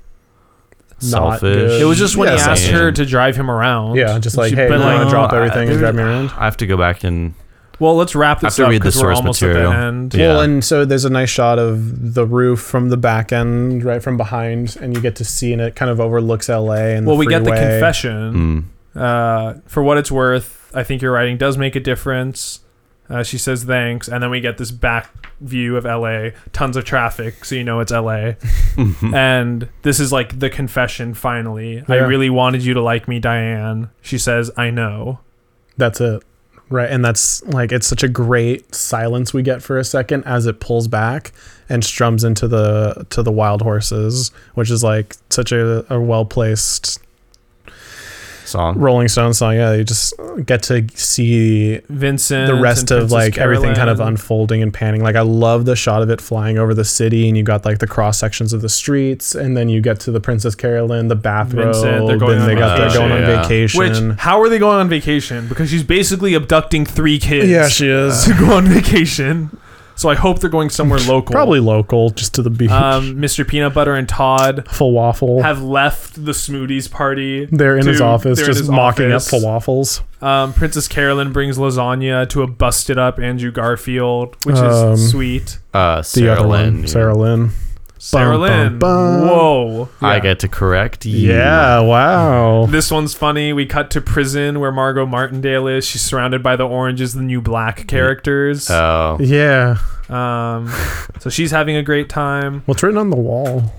Selfish. good. it was just when Yeah, he asked same. her to drive him around. yeah, just And like she- hey, but, you like- want to drop "Oh, No, I- everything and there- drive me around. I have to go back and Well, let's wrap I this have to up read the because we're source almost material. at the end. Yeah. Well, and so there's a nice shot of the roof from the back end, right from behind, and you get to see, and it kind of overlooks LA. And Well, the we get the freeway. confession. mm, Uh, for what it's worth, I think your writing does make a difference. Uh, she says thanks, and then we get this back view of LA, tons of traffic, so you know it's LA. Mm. and this is like the confession finally. I Yeah. really wanted you to like me, Diane. She says, I know. That's it. Right. And that's like, it's such a great silence we get for a second as it pulls back and strums into the, to the wild horses, which is like such a, a well placed song. Rolling Stone song. Yeah. You just get to see Vincent. the and rest of Princess like everything kind of Caroline. unfolding and panning. Like I love the shot of it flying over the city, and you got like the cross sections of the streets, and then you get to the Princess Carolyn, the bathrobe. Vincent, they're going then on they got they're vacation. going on Yeah. vacation. Which how are they going on vacation? Because she's basically abducting three kids. <laughs> yeah, she is <laughs> to go on vacation. So I hope they're going somewhere uh, local. probably local, just to the beach. Um, <laughs> Mr. Peanut Butter and Todd Full waffle. have left the smoothies party. they're in his to- office, they're in just his mocking office. up falafels. Um, Princess Carolyn brings lasagna to a busted up Andrew Garfield, which Um, is sweet. Uh, The Sarah other Lynn. one, Sarah Lynn. Sarah bum, Lynn. bum. Whoa. I yeah. get to correct you. Yeah, wow. This one's funny. We cut to prison where Margot Martindale is. She's surrounded by the oranges, the new black characters. Oh. Yeah. Um, so she's having a great time. What's written on the wall?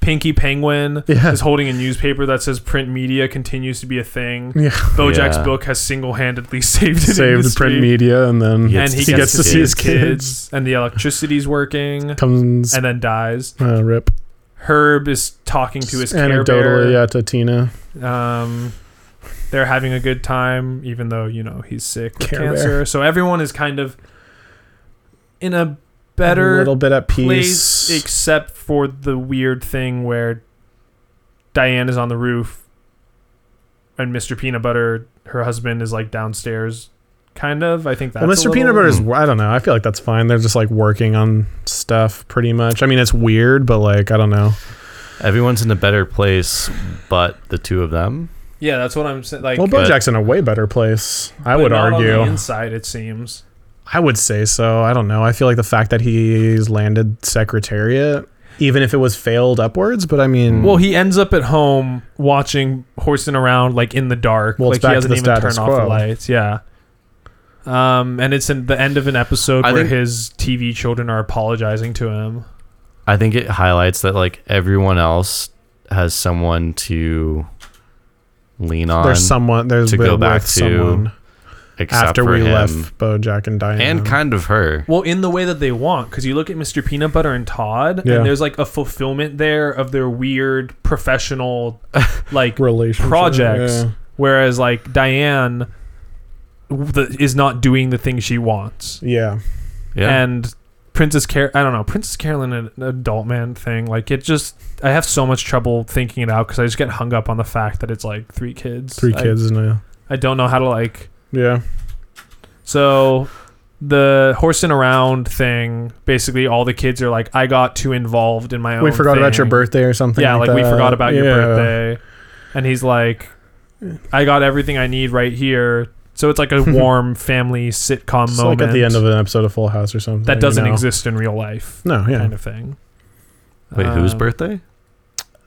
Pinky Penguin Yeah. is holding a newspaper that says print media continues to be a thing. <laughs> Yeah. Bojack's Yeah. book has single handedly <laughs> saved it. Saved the print media, and then Yeah. And he, gets, to see his kids. And the electricity's working. comes. And then dies. uh, rip. Herb is talking to his care bear. anecdotally yeah to tina Um, they're having a good time, even though you know he's sick with Care Bear. cancer. So everyone is kind of in a a better little bit at place, peace except for the weird thing where Diane is on the roof, and Mr. Peanut Butter, her husband, is like downstairs. Kind of. I think that's well a mr peanut little- Hmm. butter is i don't know i feel like that's fine they're just like working on stuff pretty much i mean it's weird but like i don't know Everyone's in a better place but the two of them. Yeah, that's what I'm saying. Like, well but- bojack's in a way better place i but would not on the argue inside. It seems. i would say so i don't know i feel like the fact that he's landed secretariat even if it was failed upwards but i mean Well, he ends up at home watching horsing around like in the dark. Well, like it's he back to hasn't the even turned status off the quo. lights. Yeah. Um, and it's in the end of an episode I where think- his TV children are apologizing to him. I think it highlights that like everyone else has someone to lean on. there's someone there's to been go back with to someone except after for we him. left bojack and diane and kind of her. Well, in the way that they want, because you look at Mr. Peanut Butter and Todd, Yeah. and there's like a fulfillment there of their weird <laughs> professional, like relationship projects. yeah. Whereas like Diane, w- the, is not doing the thing she wants. yeah Yeah. and Princess Car I don't know Princess Carolyn an an adult man thing like it just I have so much trouble thinking it out because I just get hung up on the fact that it's like three kids three I- kids now I, don't know how to like yeah so the horsing around thing basically all the kids are like I got too involved in my own we forgot about your thing." birthday or something. yeah like, like, we that. forgot about your Yeah. birthday and he's like I got everything I need right here so it's <laughs> like a warm family sitcom It's moment like at the end of an episode of Full House or something. that doesn't you know? exist in real life No, yeah, kind of thing. Wait, whose Um, birthday?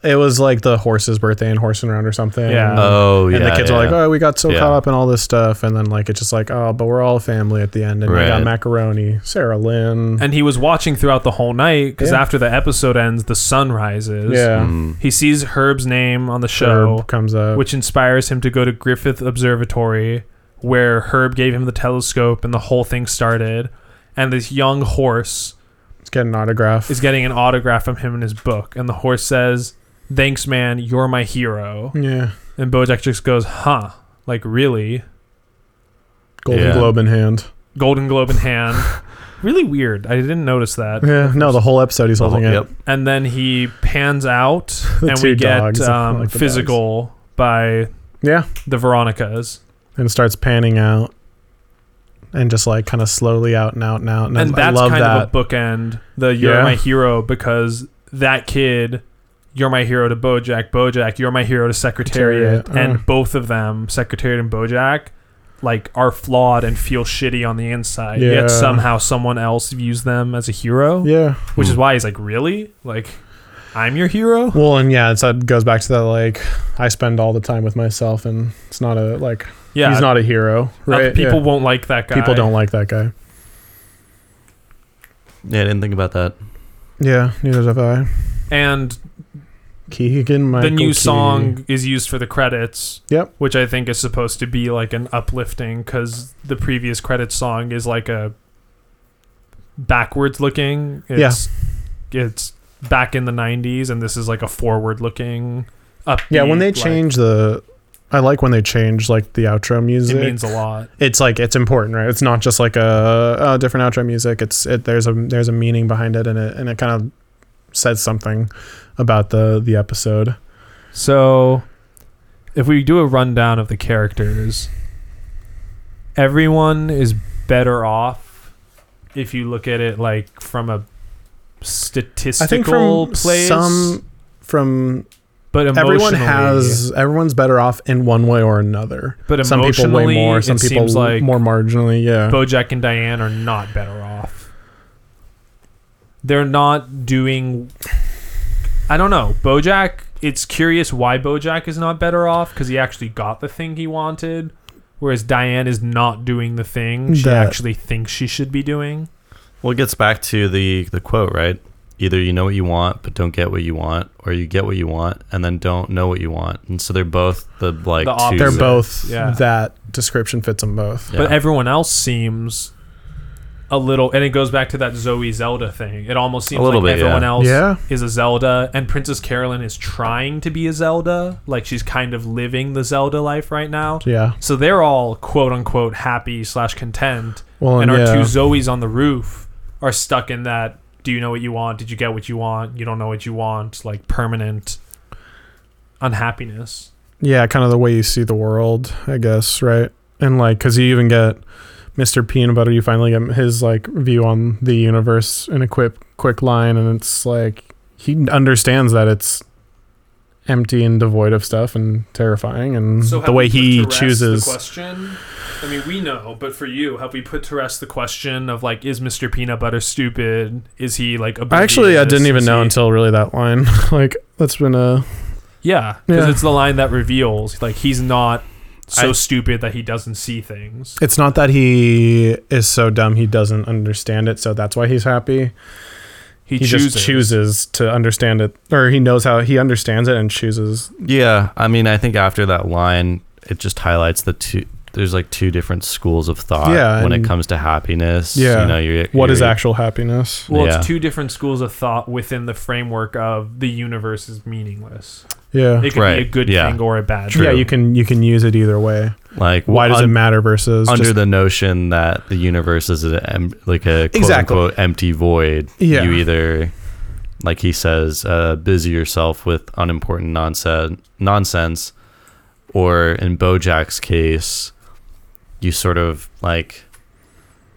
it was like the horse's birthday and horsing around or something. Yeah. and, Oh yeah. and the kids yeah. are like, "Oh, we got so Yeah. caught up in all this stuff," and then like it's just like, "Oh, but we're all family at the end." And we got Right. macaroni, Sarah Lynn, And he was watching throughout the whole night because Yeah. after the episode ends, the sun rises. "Oh, yeah, Mm. He sees Herb's name on the Herb show, comes up. which inspires him to go to Griffith Observatory, where Herb gave him the telescope and the whole thing started. And this young horse Let's get an autograph. is getting an autograph from him in his book. And the horse says, Thanks, man. You're my hero. yeah, And Bojack just goes, Huh. Like, really? Golden Yeah. Globe in hand. Golden Globe in <laughs> hand. really weird. I didn't notice that. Yeah, no, the whole episode he's holding Oh, it. yep. and then he pans out <laughs> The and we two get dogs, um, like the physical by Yeah, the veronicas and starts panning out, and just like kind of slowly out and out and out. And, and I that's love kind that. of a bookend the you're Yeah. my hero because that kid you're my hero to bojack bojack you're my hero to secretariat Secretariat, and uh. both of them secretariat and bojack like are flawed and feel shitty on the inside Yeah. yet somehow someone else views them as a hero yeah. which is Hmm. why he's like really like i'm your hero Well, and yeah, it's, that goes back to that like I spend all the time with myself, and it's not a like yeah he's not a hero, not- right? people Yeah. won't like that guy people don't like that guy. Yeah, I didn't think about that. Yeah, neither have I. and Keegan Michael. the new Key. song is used for the credits. Yep. Which I think is supposed to be like an uplifting because the previous credits song is like a backwards looking. Yeah. It's, It's back in the 90s and this is like a forward looking up. Yeah, when they change the, I like when they change like the outro music. it means a lot. it's like it's important, right? It's not just like a, a different outro music. It's it there's a there's a meaning behind it, and it and it kind of says something about the the episode. So, if we do a rundown of the characters, everyone is better off if you look at it like from a statistical I think from place. some from but emotionally, everyone has everyone's better off in one way or another. But Some people way emotionally, more, some it people seems like more marginally. Yeah, Uh-huh. BoJack and Diane are not better off. They're not doing. I don't know. BoJack. It's curious why BoJack is not better off because he actually got the thing he wanted, whereas Diane is not doing the thing she That- actually thinks she should be doing. Well, it gets back to the the quote, right? Either you know what you want but don't get what you want, or you get what you want and then don't know what you want. And so they're both the like The op- two- they're Yeah. both. Yeah. That description fits them both. Yeah. But everyone else seems a little, and it goes back to that Zoe Zelda thing. It almost seems little like bit, everyone yeah. else Yeah. is a Zelda, and Princess Carolyn is trying to be a Zelda. Like she's kind of living the Zelda life right now. Yeah. So they're all quote unquote happy slash content, Well, and our Oh, yeah. two Zoes on the roof are stuck in that. Do you know what you want? Did you get what you want? You don't know what you want. Like permanent unhappiness. yeah, kind of the way you see the world, I guess, right? And like, because you even get Mr. Peanut Butter, you finally get his like view on the universe in a quick quick line, and it's like he understands that it's empty and devoid of stuff and terrifying, and Mm-hmm. the way he chooses. question. I mean, we know, but for you, have we put to rest the question of like, is Mister Peanut Butter stupid? Is he like? Actually, I didn't even know until really that line. <laughs> like, that's been a Yeah, because Yeah. it's the line that reveals like he's not so I- stupid that he doesn't see things. It's not that he is so dumb he doesn't understand it, so that's why he's happy. He, He chooses. just chooses to understand it, or he knows how he understands it and chooses. Yeah, I mean, I think after that line, it just highlights the two. There's like two different schools of thought Yeah, when it and- comes to happiness. Yeah. you know, you're, What is you're- actual happiness? Well, Yeah. it's two different schools of thought within the framework of the universe is meaningless. Yeah, It could Right, be a good yeah. thing or a bad True. thing. yeah. You can you can use it either way. like Why does it un- matter versus under just, the notion that the universe is an em- like a quote Exactly. unquote empty void. Yeah. You either, like he says, uh, busy yourself with unimportant nonsense, nonsense, or in BoJack's case, you sort of like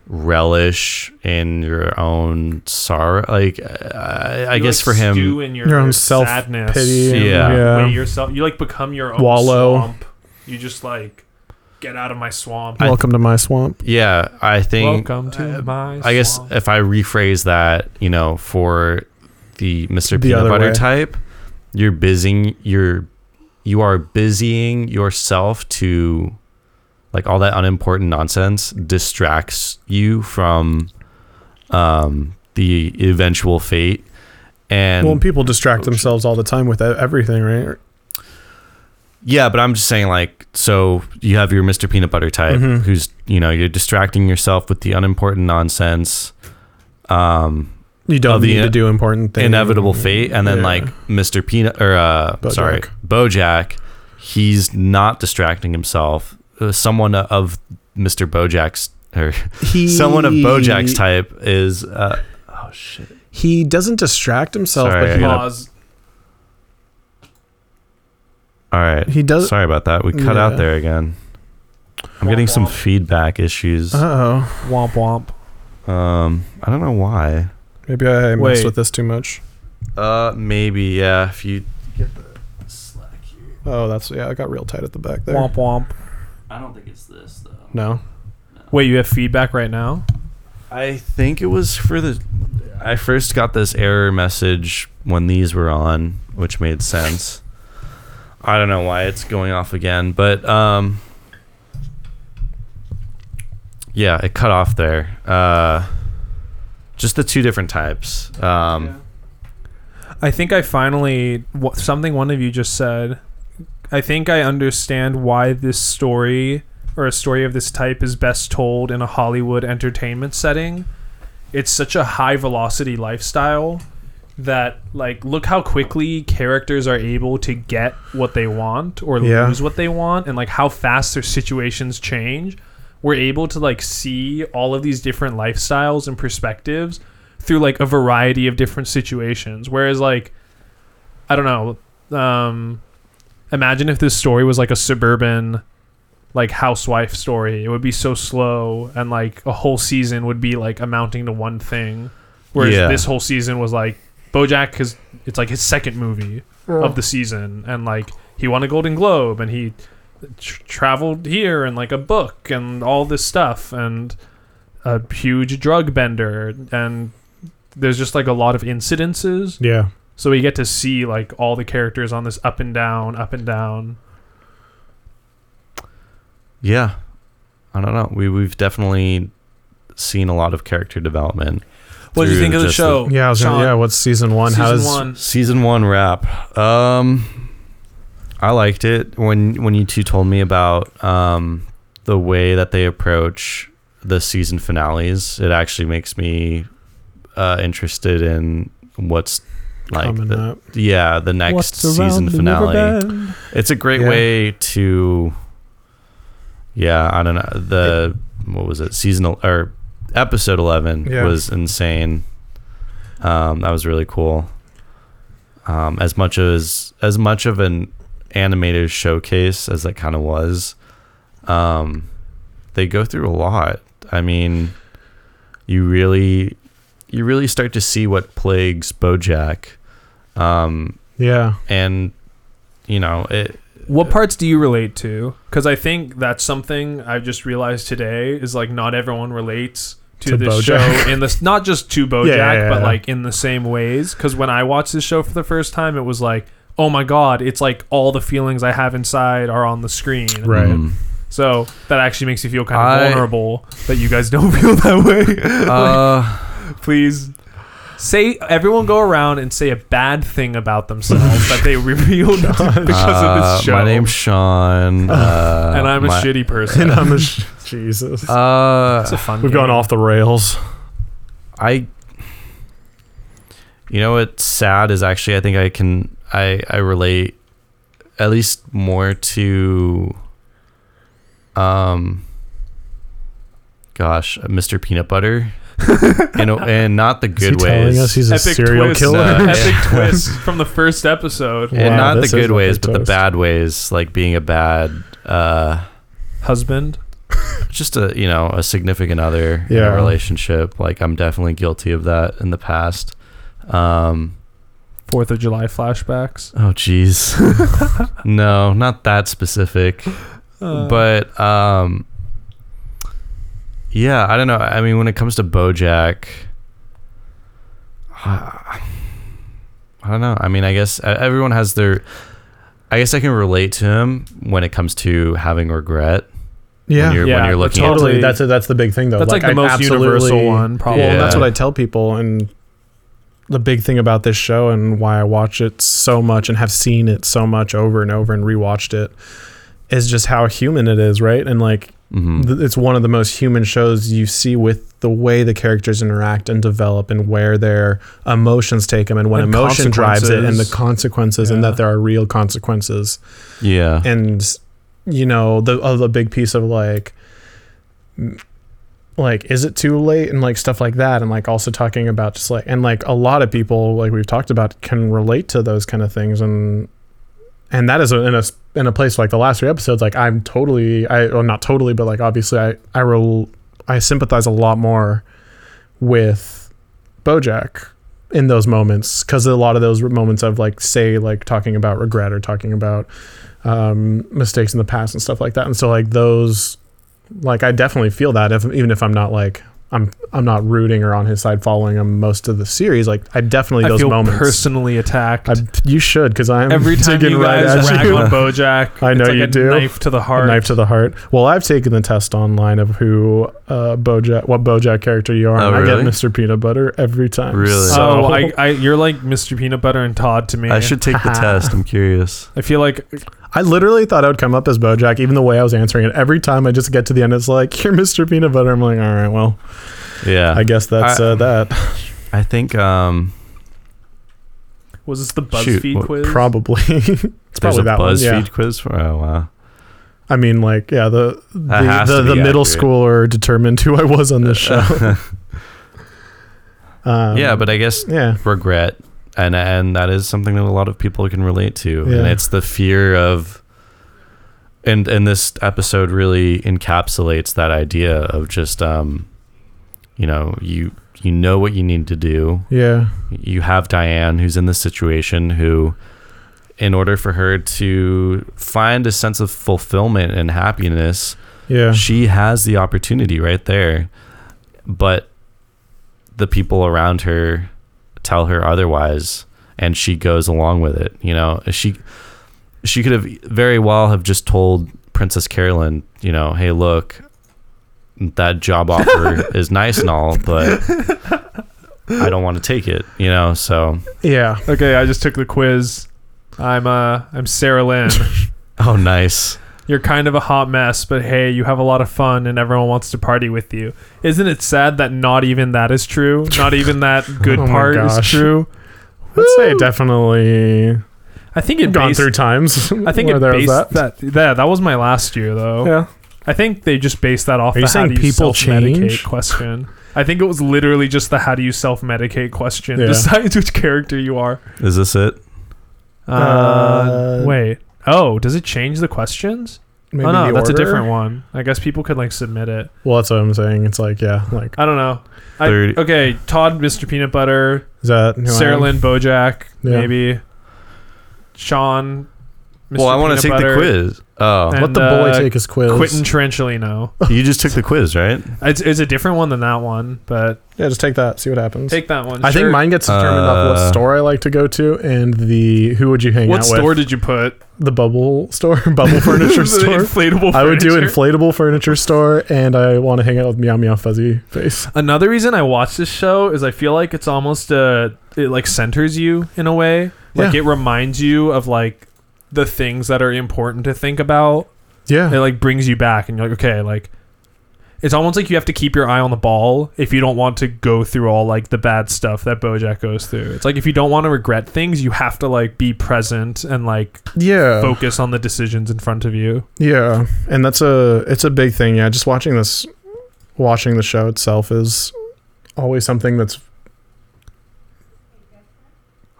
relish in your own sorrow. Like I, I You, guess like, for stew him, in your, Your own sadness, self-pity and- Yeah. yeah. weigh yourself. You like become your own Wallow. swamp. You just like get out of my swamp. Welcome to my swamp. yeah, I think Welcome to uh, my. I guess swamp. if I rephrase that, you know, for the Mr. The Peanut other Butter way. type, you're busying you're you are busying yourself to like all that unimportant nonsense distracts you from um the eventual fate. And Oh, well, people distract themselves all the time with e- everything, right? Yeah, but I'm just saying, like, so you have your Mr. Peanut Butter type, Mhm. who's you know you're distracting yourself with the unimportant nonsense, um, You don't Of the need to in- do important things. inevitable fate, and then Yeah. like Mr. Peanut or uh, Bojack. sorry, BoJack, he's not distracting himself. Uh, Someone of Mr. BoJack's or He, someone of BoJack's type is uh, oh shit, He doesn't distract himself, Sorry, I but he, gotta- Pause. all right. he does. Sorry about that. We cut Yeah. out there again. I'm getting some feedback issues. Uh oh. Womp womp. Uh-huh. Um, I don't know why. Maybe I messed Wait. with this too much. Uh, maybe yeah. If you get the slack here, Oh, that's yeah. I got real tight at the back there. Womp womp. I don't think it's this though. No. Wait, you have feedback right now? I think it was for the. I first got this error message when these were on, which made sense. I don't know why it's going off again, but um, yeah, it cut off there. Uh, just the two different types. Um, I think I finally wh- something one of you just said. I think I understand why this story or a story of this type is best told in a Hollywood entertainment setting. It's such a high velocity lifestyle that like look how quickly characters are able to get what they want or Yeah. lose what they want and like how fast their situations change. We're able to like see all of these different lifestyles and perspectives through like a variety of different situations. Whereas like I don't know, um imagine if this story was like a suburban like housewife story. It would be so slow and like a whole season would be like amounting to one thing. Whereas Yeah. this whole season was like Bojack cuz it's like his second movie of the season and like he won a golden globe and he tr- traveled here and like a book and all this stuff and a huge drug bender and there's just like a lot of incidences Yeah. so we get to see like all the characters on this up and down up and down Yeah. I don't know. We we've definitely seen a lot of character development. what do you through think of the just show Yeah, I was gonna, yeah. What's season one? season How does one Season one wrap. Um, I liked it when when you two told me about um, the way that they approach the season finales. It actually makes me uh, interested in what's like coming the, up? yeah the next season finale. It's a great Yeah. way to yeah I don't know the what was it seasonal or episode eleven Yeah. was insane. Um, that was really cool um, as much as as much of an animated showcase as that kind of was um, they go through a lot i mean you really you really start to see what plagues bojack um, Yeah. and you know it What parts do you relate to? Because I think that's something I've just realized today is like not everyone relates to, To this BoJack. <laughs> show in this not just to BoJack, Yeah, yeah, yeah. but like in the same ways. Because when I watched this show for the first time, it was like, oh my god, it's like all the feelings I have inside are on the screen. Right. mm. So that actually makes you feel kind of I- vulnerable that you guys don't <laughs> feel that way. uh, Please. Say everyone go around and say a bad thing about themselves that they <laughs> <laughs> revealed <laughs> because of uh, this show. my <laughs> name's sean uh, and I'm a my- <laughs> shitty <laughs> person. And I'm a sh- Jesus. uh, It's a fun. We've gone off the rails. I you know what's sad is actually I think I can I I relate at least more to um gosh, Mr. Peanut <laughs> Butter. and and not the Is he good telling us ways. Uh, he's a Epic serial twist. killer? No. Epic <laughs> twist from the first episode. and Wow, not the this is good a ways, big but the twist. bad ways, like being a bad uh Husband. just a you know a significant other in Yeah. a relationship like i'm definitely guilty of that in the past um Fourth of July flashbacks. Oh <laughs> jeez. no, not that specific. Uh, but um Yeah, I don't know. I mean when it comes to Bojack I I don't know. I mean, I guess e- everyone has their I guess I can relate to him when it comes to having regret when <laughs> Yeah. you're Yeah, when you're looking totally. at Totally. That's a, that's the big thing though. that's like, the I most absolutely- universal one, probably. Well, and that's Yeah. what I tell people and the big thing about this show and why I watch it so much and have seen it so much over and over and rewatched it is just how human it is, right? And like Mhm. Mm-hmm. th- it's one of the most human shows you see with the way the characters interact and develop and where their emotions take them and when And emotion drives it and the consequences. consequences and Yeah. that there are real consequences Yeah. and you know the other big piece of like m- like is it too late and like stuff like that and like also talking about just like and like a lot of people like we've talked about can relate to those kind of things and and that is in a s- in a place like the last three episodes like i'm totally i well not totally but like obviously i i rel- i sympathize a lot more with bojack in those moments because a lot of those moments of like say like talking about regret or talking about um, mistakes in the past and stuff like that. And so like those, like I definitely feel that if even if I'm not like I'm I'm not rooting or on his side following him most of the series. Like I definitely I those feel moments. personally attacked. I, you should because I'm Every time <laughs> digging you right guys at rag you. on BoJack, I know it's like you a do. Knife to the A heart. Knife to the heart. Well, I've taken the test online of who uh, BoJack, what BoJack character you are. Oh, and I really? get Mr. Peanut Butter every time. Really? Oh, So I, I, you're like Mr. Peanut Butter and Todd to me. I should take the test. I'm curious. I feel like <laughs> I literally thought I would come up as BoJack, even the way I was answering it. Every time I just get to the end, it's like you're Mr. Peanut Butter. I'm like, all right, well, Yeah. I guess that's I- uh, that. I think um was this the Shoot, BuzzFeed what- quiz? Probably, <laughs> it's there's probably a that one. BuzzFeed Yeah. quiz for oh wow. I mean, like, yeah, the the has the, to the be accurate. middle schooler determined who I was on this show. <laughs> um, yeah, but I guess yeah, regret and and that is something that a lot of people can relate to. Yeah. And it's the fear of and and this episode really encapsulates that idea of just um you know, you you know what you need to do. yeah. you have Diane who's in this situation who in order for her to find a sense of fulfillment and happiness, Yeah. she has the opportunity right there. But the people around her tell her otherwise and she goes along with it, you know. She she could have very well have just told Princess Carolyn, you know, hey, look, that <laughs> job offer is nice and all, but I don't want to take it, you know. So Yeah. Okay, I just took the quiz. I'm uh I'm Sarah <laughs> Lynn. Oh, nice. You're kind of a hot mess, but hey, you have a lot of fun and everyone wants to party with you. Isn't it sad that not even that is <laughs> true? Not even that good Oh my part is gosh. true. I'd say Woo! definitely I think it gone based, through times. <laughs> I think <laughs> where it there based was that. that yeah, that was my last year though. Yeah. I think they just based that off Are you the how saying do you people self-medicate change? question. I think it was literally just the how do you self-medicate question Yeah. decides <laughs> which character you are. Is this it? Uh, uh wait. Oh, does it change the questions? Maybe oh no, the that's a order? different one. I guess people could like submit it. Well, that's what I'm saying. It's like, yeah, like I don't know. I- Thirty- okay, Todd, Mr. Peanut Butter, is that who I Sarah am? Lynn Bojack, Yeah. maybe Sean. Mr. Well, I want to Peanut take Butter, the quiz. Oh, And- Let the boy uh, take his quiz. Quentin Tarantulino. you just took the quiz, right? It's, it's a different one than that one, but Yeah, just take that. See what happens. take that one. I Sure. think mine gets determined off what Uh, store I like to go to and the who would you hang What out store with? did you put? The bubble store, <laughs> <laughs> bubble The <laughs> furniture store. Inflatable. I would do furniture. inflatable furniture store, and I want to hang out with Meow Meow Fuzzy Face. Another reason I watch this show is I feel like it's almost uh it like centers you in a way. Like Yeah. it reminds you of like the things that are important to think about. Yeah, It like brings you back and you're like, okay, like it's almost like you have to keep your eye on the ball if you don't want to go through all like the bad stuff that Bojack goes through. It's like if you don't want to regret things, you have to like be present and like yeah. focus on the decisions in front of you. Yeah, and that's a it's a big thing. Yeah, just watching this, watching the show itself is always something that's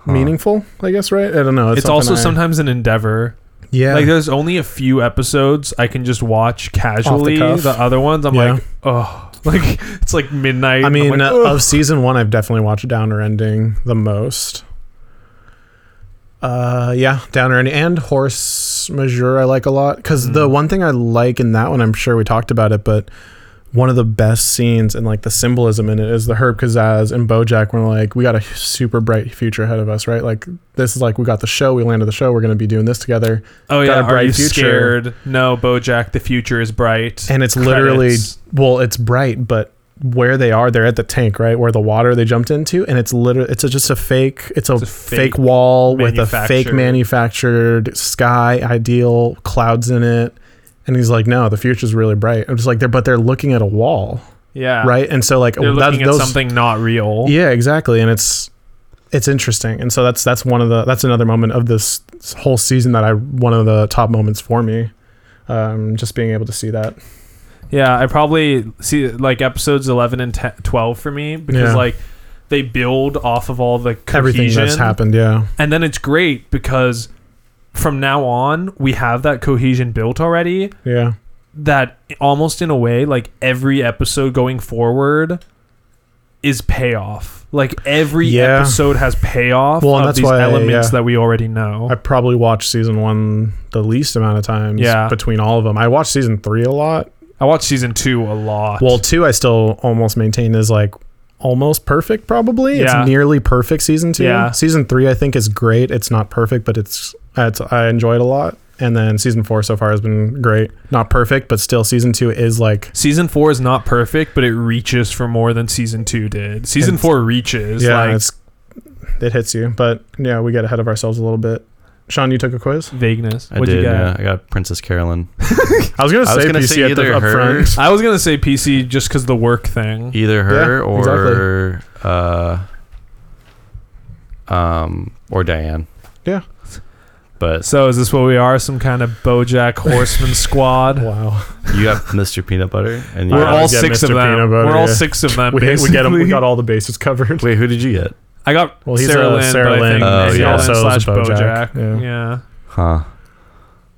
Huh. meaningful. I guess right. I don't know. It's, also something I- sometimes an endeavor. yeah. Like there's only a few episodes I can just watch casually. The, cuff. other ones I'm Yeah. like, oh, <laughs> like it's like midnight. I I'm mean, like, uh, "Ugh." of season one, I've definitely watched Downer Ending the most. Uh, yeah, Downer Ending and Horse Majeure I like a lot because the Mm. one thing I like in that one, I'm sure we talked about it, but one of the best scenes and like the symbolism in it is the Herb Kazaz and BoJack when like we got a super bright future ahead of us, right? Like this is like we got the show, we landed the show, we're gonna be doing this together, oh got yeah, a bright are you future. scared? No, Bojack, the future is bright. and it's literally Credits. well it's bright but where they are they're at the tank right where the water they jumped into and it's literally it's a, just a fake it's a, It's a fake, fake wall with a fake manufactured- manufactured sky ideal clouds in it and he's like no the future's really bright i'm just like they're but they're looking at a wall yeah, right and so like They're that- looking at something not real. yeah exactly and it's it's interesting and so that's that's one of the that's another moment of this whole season that i one of the top moments for me um just being able to see that Yeah, I probably see like episodes 11 and 10, 12 for me because Yeah. like they build off of all the cohesion, everything that's happened yeah and then it's great because from now on we have that cohesion built already. yeah That almost in a way, like every episode going forward is payoff. Like every Yeah. episode has payoff Well, and of that's these why, elements yeah. that we already know. I probably watched season one the least amount of times Yeah. between all of them. I watched season three a lot. I watched season two a lot. Well, two I still almost maintain is like almost perfect. Probably Yeah. it's nearly perfect. Season two, Yeah. season three I think is great. It's not perfect, but it's, it's I enjoy it a lot. And then season four so far has been great. Not perfect, but still season two is like season four is not perfect, but it reaches for more than season two did. Season It's- four reaches. yeah, like, it's it hits you. But yeah, we get ahead of ourselves a little bit. Sean, you took a quiz. vagueness. I What'd did. you get? Yeah, I got Princess Carolyn. I was gonna I say was gonna PC say at the either up her- front. I was gonna say PC just because the work thing. Either her Yeah, or uh, um, or Diane. Yeah. But So is this what we are? Some kind of BoJack <laughs> Horseman squad? Wow, you got <laughs> Mr. Peanut Butter, and you We're I all would get six Mr. of them. Peanut Butter, We're all yeah. six of them. <laughs> we, we get 'em- We basically. got all the bases covered. wait. Who did you get? I got Well, he's Sarah a Lynn, Sarah but I think Lynn. Oh, Sarah yeah. Lynn also slash is a BoJack. BoJack, Yeah. yeah. Huh? Um,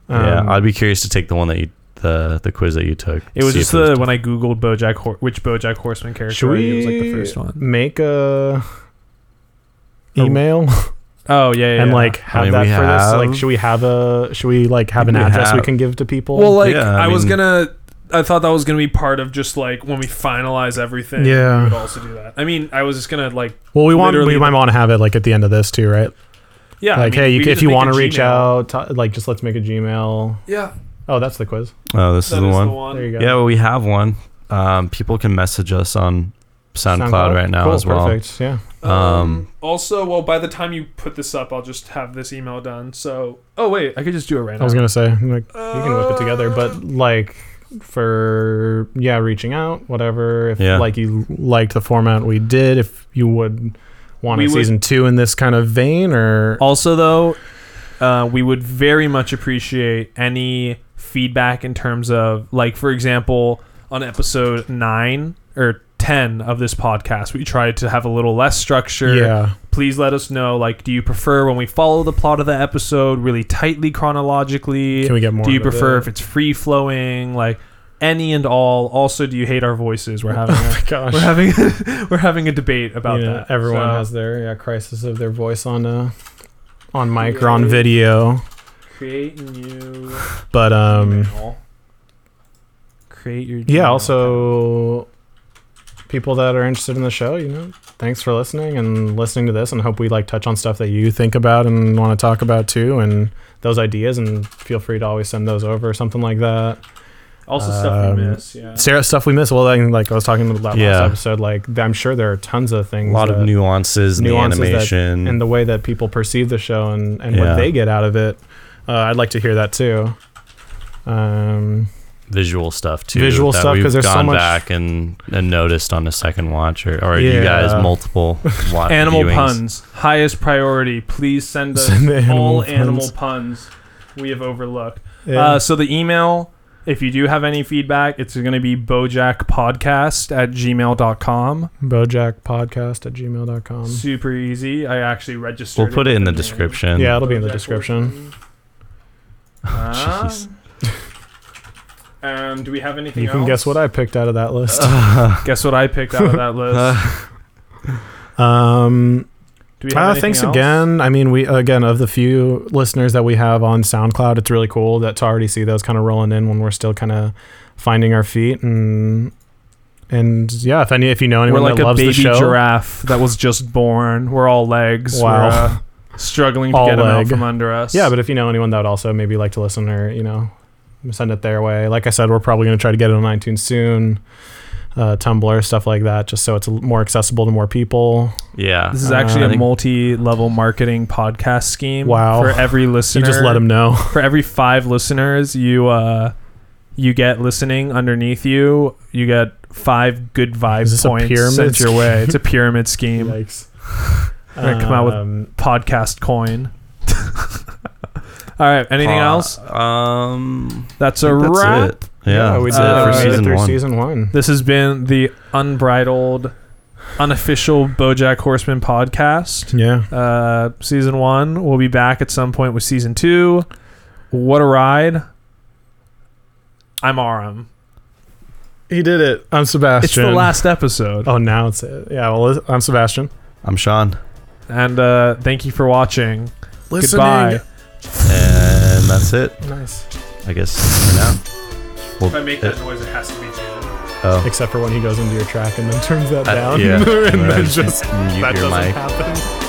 yeah, I'd be curious to take the one that you the the quiz that you took. It was See just if the when I googled BoJack Hor- which BoJack Horseman character Should are we you? It was like the first one. make a email Oh yeah, yeah and yeah. like I have mean, that we for have- this? Like, should we have a? Should we like have an We address we have- can give to people? Well, like Yeah, I, I was mean- gonna, I thought that was gonna be part of just like when we finalize everything. Yeah. we would also do that. I mean, I was just gonna like, well, we want literally we the- might want to have it like at the end of this too, right? yeah, like, I mean, hey, we you, could if just you make a want to reach Gmail. out, t- like just let's make a Gmail. yeah, Oh, that's the quiz. Oh, this that is the one. There you go. Yeah, well, we have one. Um, people can message us on SoundCloud, right now Cool, as well. Perfect. Yeah. Um, Um, also, well, by the time you put this up, I'll just have this email done. So, oh wait, I could just do it right I was now. gonna say like you can whip it together, but like for yeah, reaching out, whatever. If Yeah. like you liked the format we did, if you would want We a would- season two in this kind of vein, or Also, though, uh, we would very much appreciate any feedback in terms of, like, for example, on episode nine or 10 of this podcast, we tried to have a little less structure. yeah, Please let us know, like, do you prefer when we follow the plot of the episode really tightly chronologically? can we get more? do you of it? prefer if it's free flowing? Like, any and all. Also, do you hate our voices? <laughs> We're <laughs> having a, Oh Gosh, we're having we're having a debate Oh about You know, that. Everyone So, has their yeah crisis of their voice on uh on mic or Yeah. on video, create new but um. Gmail. create your yeah Gmail account. also people that are interested in the show you know thanks for listening and listening to this and hope we like touch on stuff that you think about and want to talk about too and those ideas and feel free to always send those over or something like that also stuff we um, miss. Yeah. sarah stuff we miss well then like i was talking about last Yeah. episode like th- i'm sure there are tons of A things lot of that- nuances, in the Nuances that- animation. and the way that people perceive the show and, and Yeah. what they get out of it uh, i'd like to hear that too um visual stuff too. Visual that stuff, 'cause we've there's so gone much- back and, and noticed on the second watch, or, or you guys Yeah. multiple <laughs> wa- Animal viewings. puns highest priority. Please send us Send the animal all puns. animal puns we have overlooked. yeah. Uh, so the email, if you do have any feedback, it's going to be bojackpodcast at gmail.com. bojackpodcast at gmail.com Super easy. I actually registered. We'll put it in the with the name. description. yeah it'll be in the Bojack description <laughs> Horseman. Ah. jeez. <laughs> Um, do we have anything You can else? guess what I picked out of <laughs> that list. guess what I picked out of that list. um, Do we have uh, anything thanks else? again. I mean, we again of the few listeners that we have on SoundCloud, it's really cool that to already see those kind of rolling in when we're still kind of finding our feet and and yeah, if any if you know We're anyone like that a loves baby the show, giraffe that was just born. We're all legs. Wow. We're, uh, struggling to All get them out leg. from under us. yeah. But if you know anyone that would also maybe like to listen or you know send it their way, like I said, we're probably going to try to get it on iTunes soon, uh, Tumblr stuff like that, just so it's a l- more accessible to more people. yeah. this is actually Uh, a I think- multi-level marketing podcast scheme. Wow. For every listener, You just let them know. For every five listeners, you uh, you get listening underneath you. You get five good vibes Is this a points pyramid sent your scheme? way. It's a <laughs> pyramid scheme. Yikes. We're gonna come out with Um, podcast coin. <laughs> All right. Anything Uh, else? Um, That's I a think that's wrap. it. Yeah, we that's did it it for for made it season season, one. one. season one. This has been the unbridled, unofficial BoJack Horseman podcast. Yeah. Uh, season one. We'll be back at some point with season two. What a ride! I'm Aram. He did it. I'm Sebastian. It's the last episode, Oh, now it's it. Yeah, well, I'm Sebastian. I'm Sean, and uh, thank you for watching. Goodbye. and that's it. Nice. I guess for now. If I make that noise, it has to be Jaden. Oh. Except for when he goes into your track <laughs> and then turns that Uh, down. yeah. and Right. then just Mute <laughs> that your doesn't mic. happen.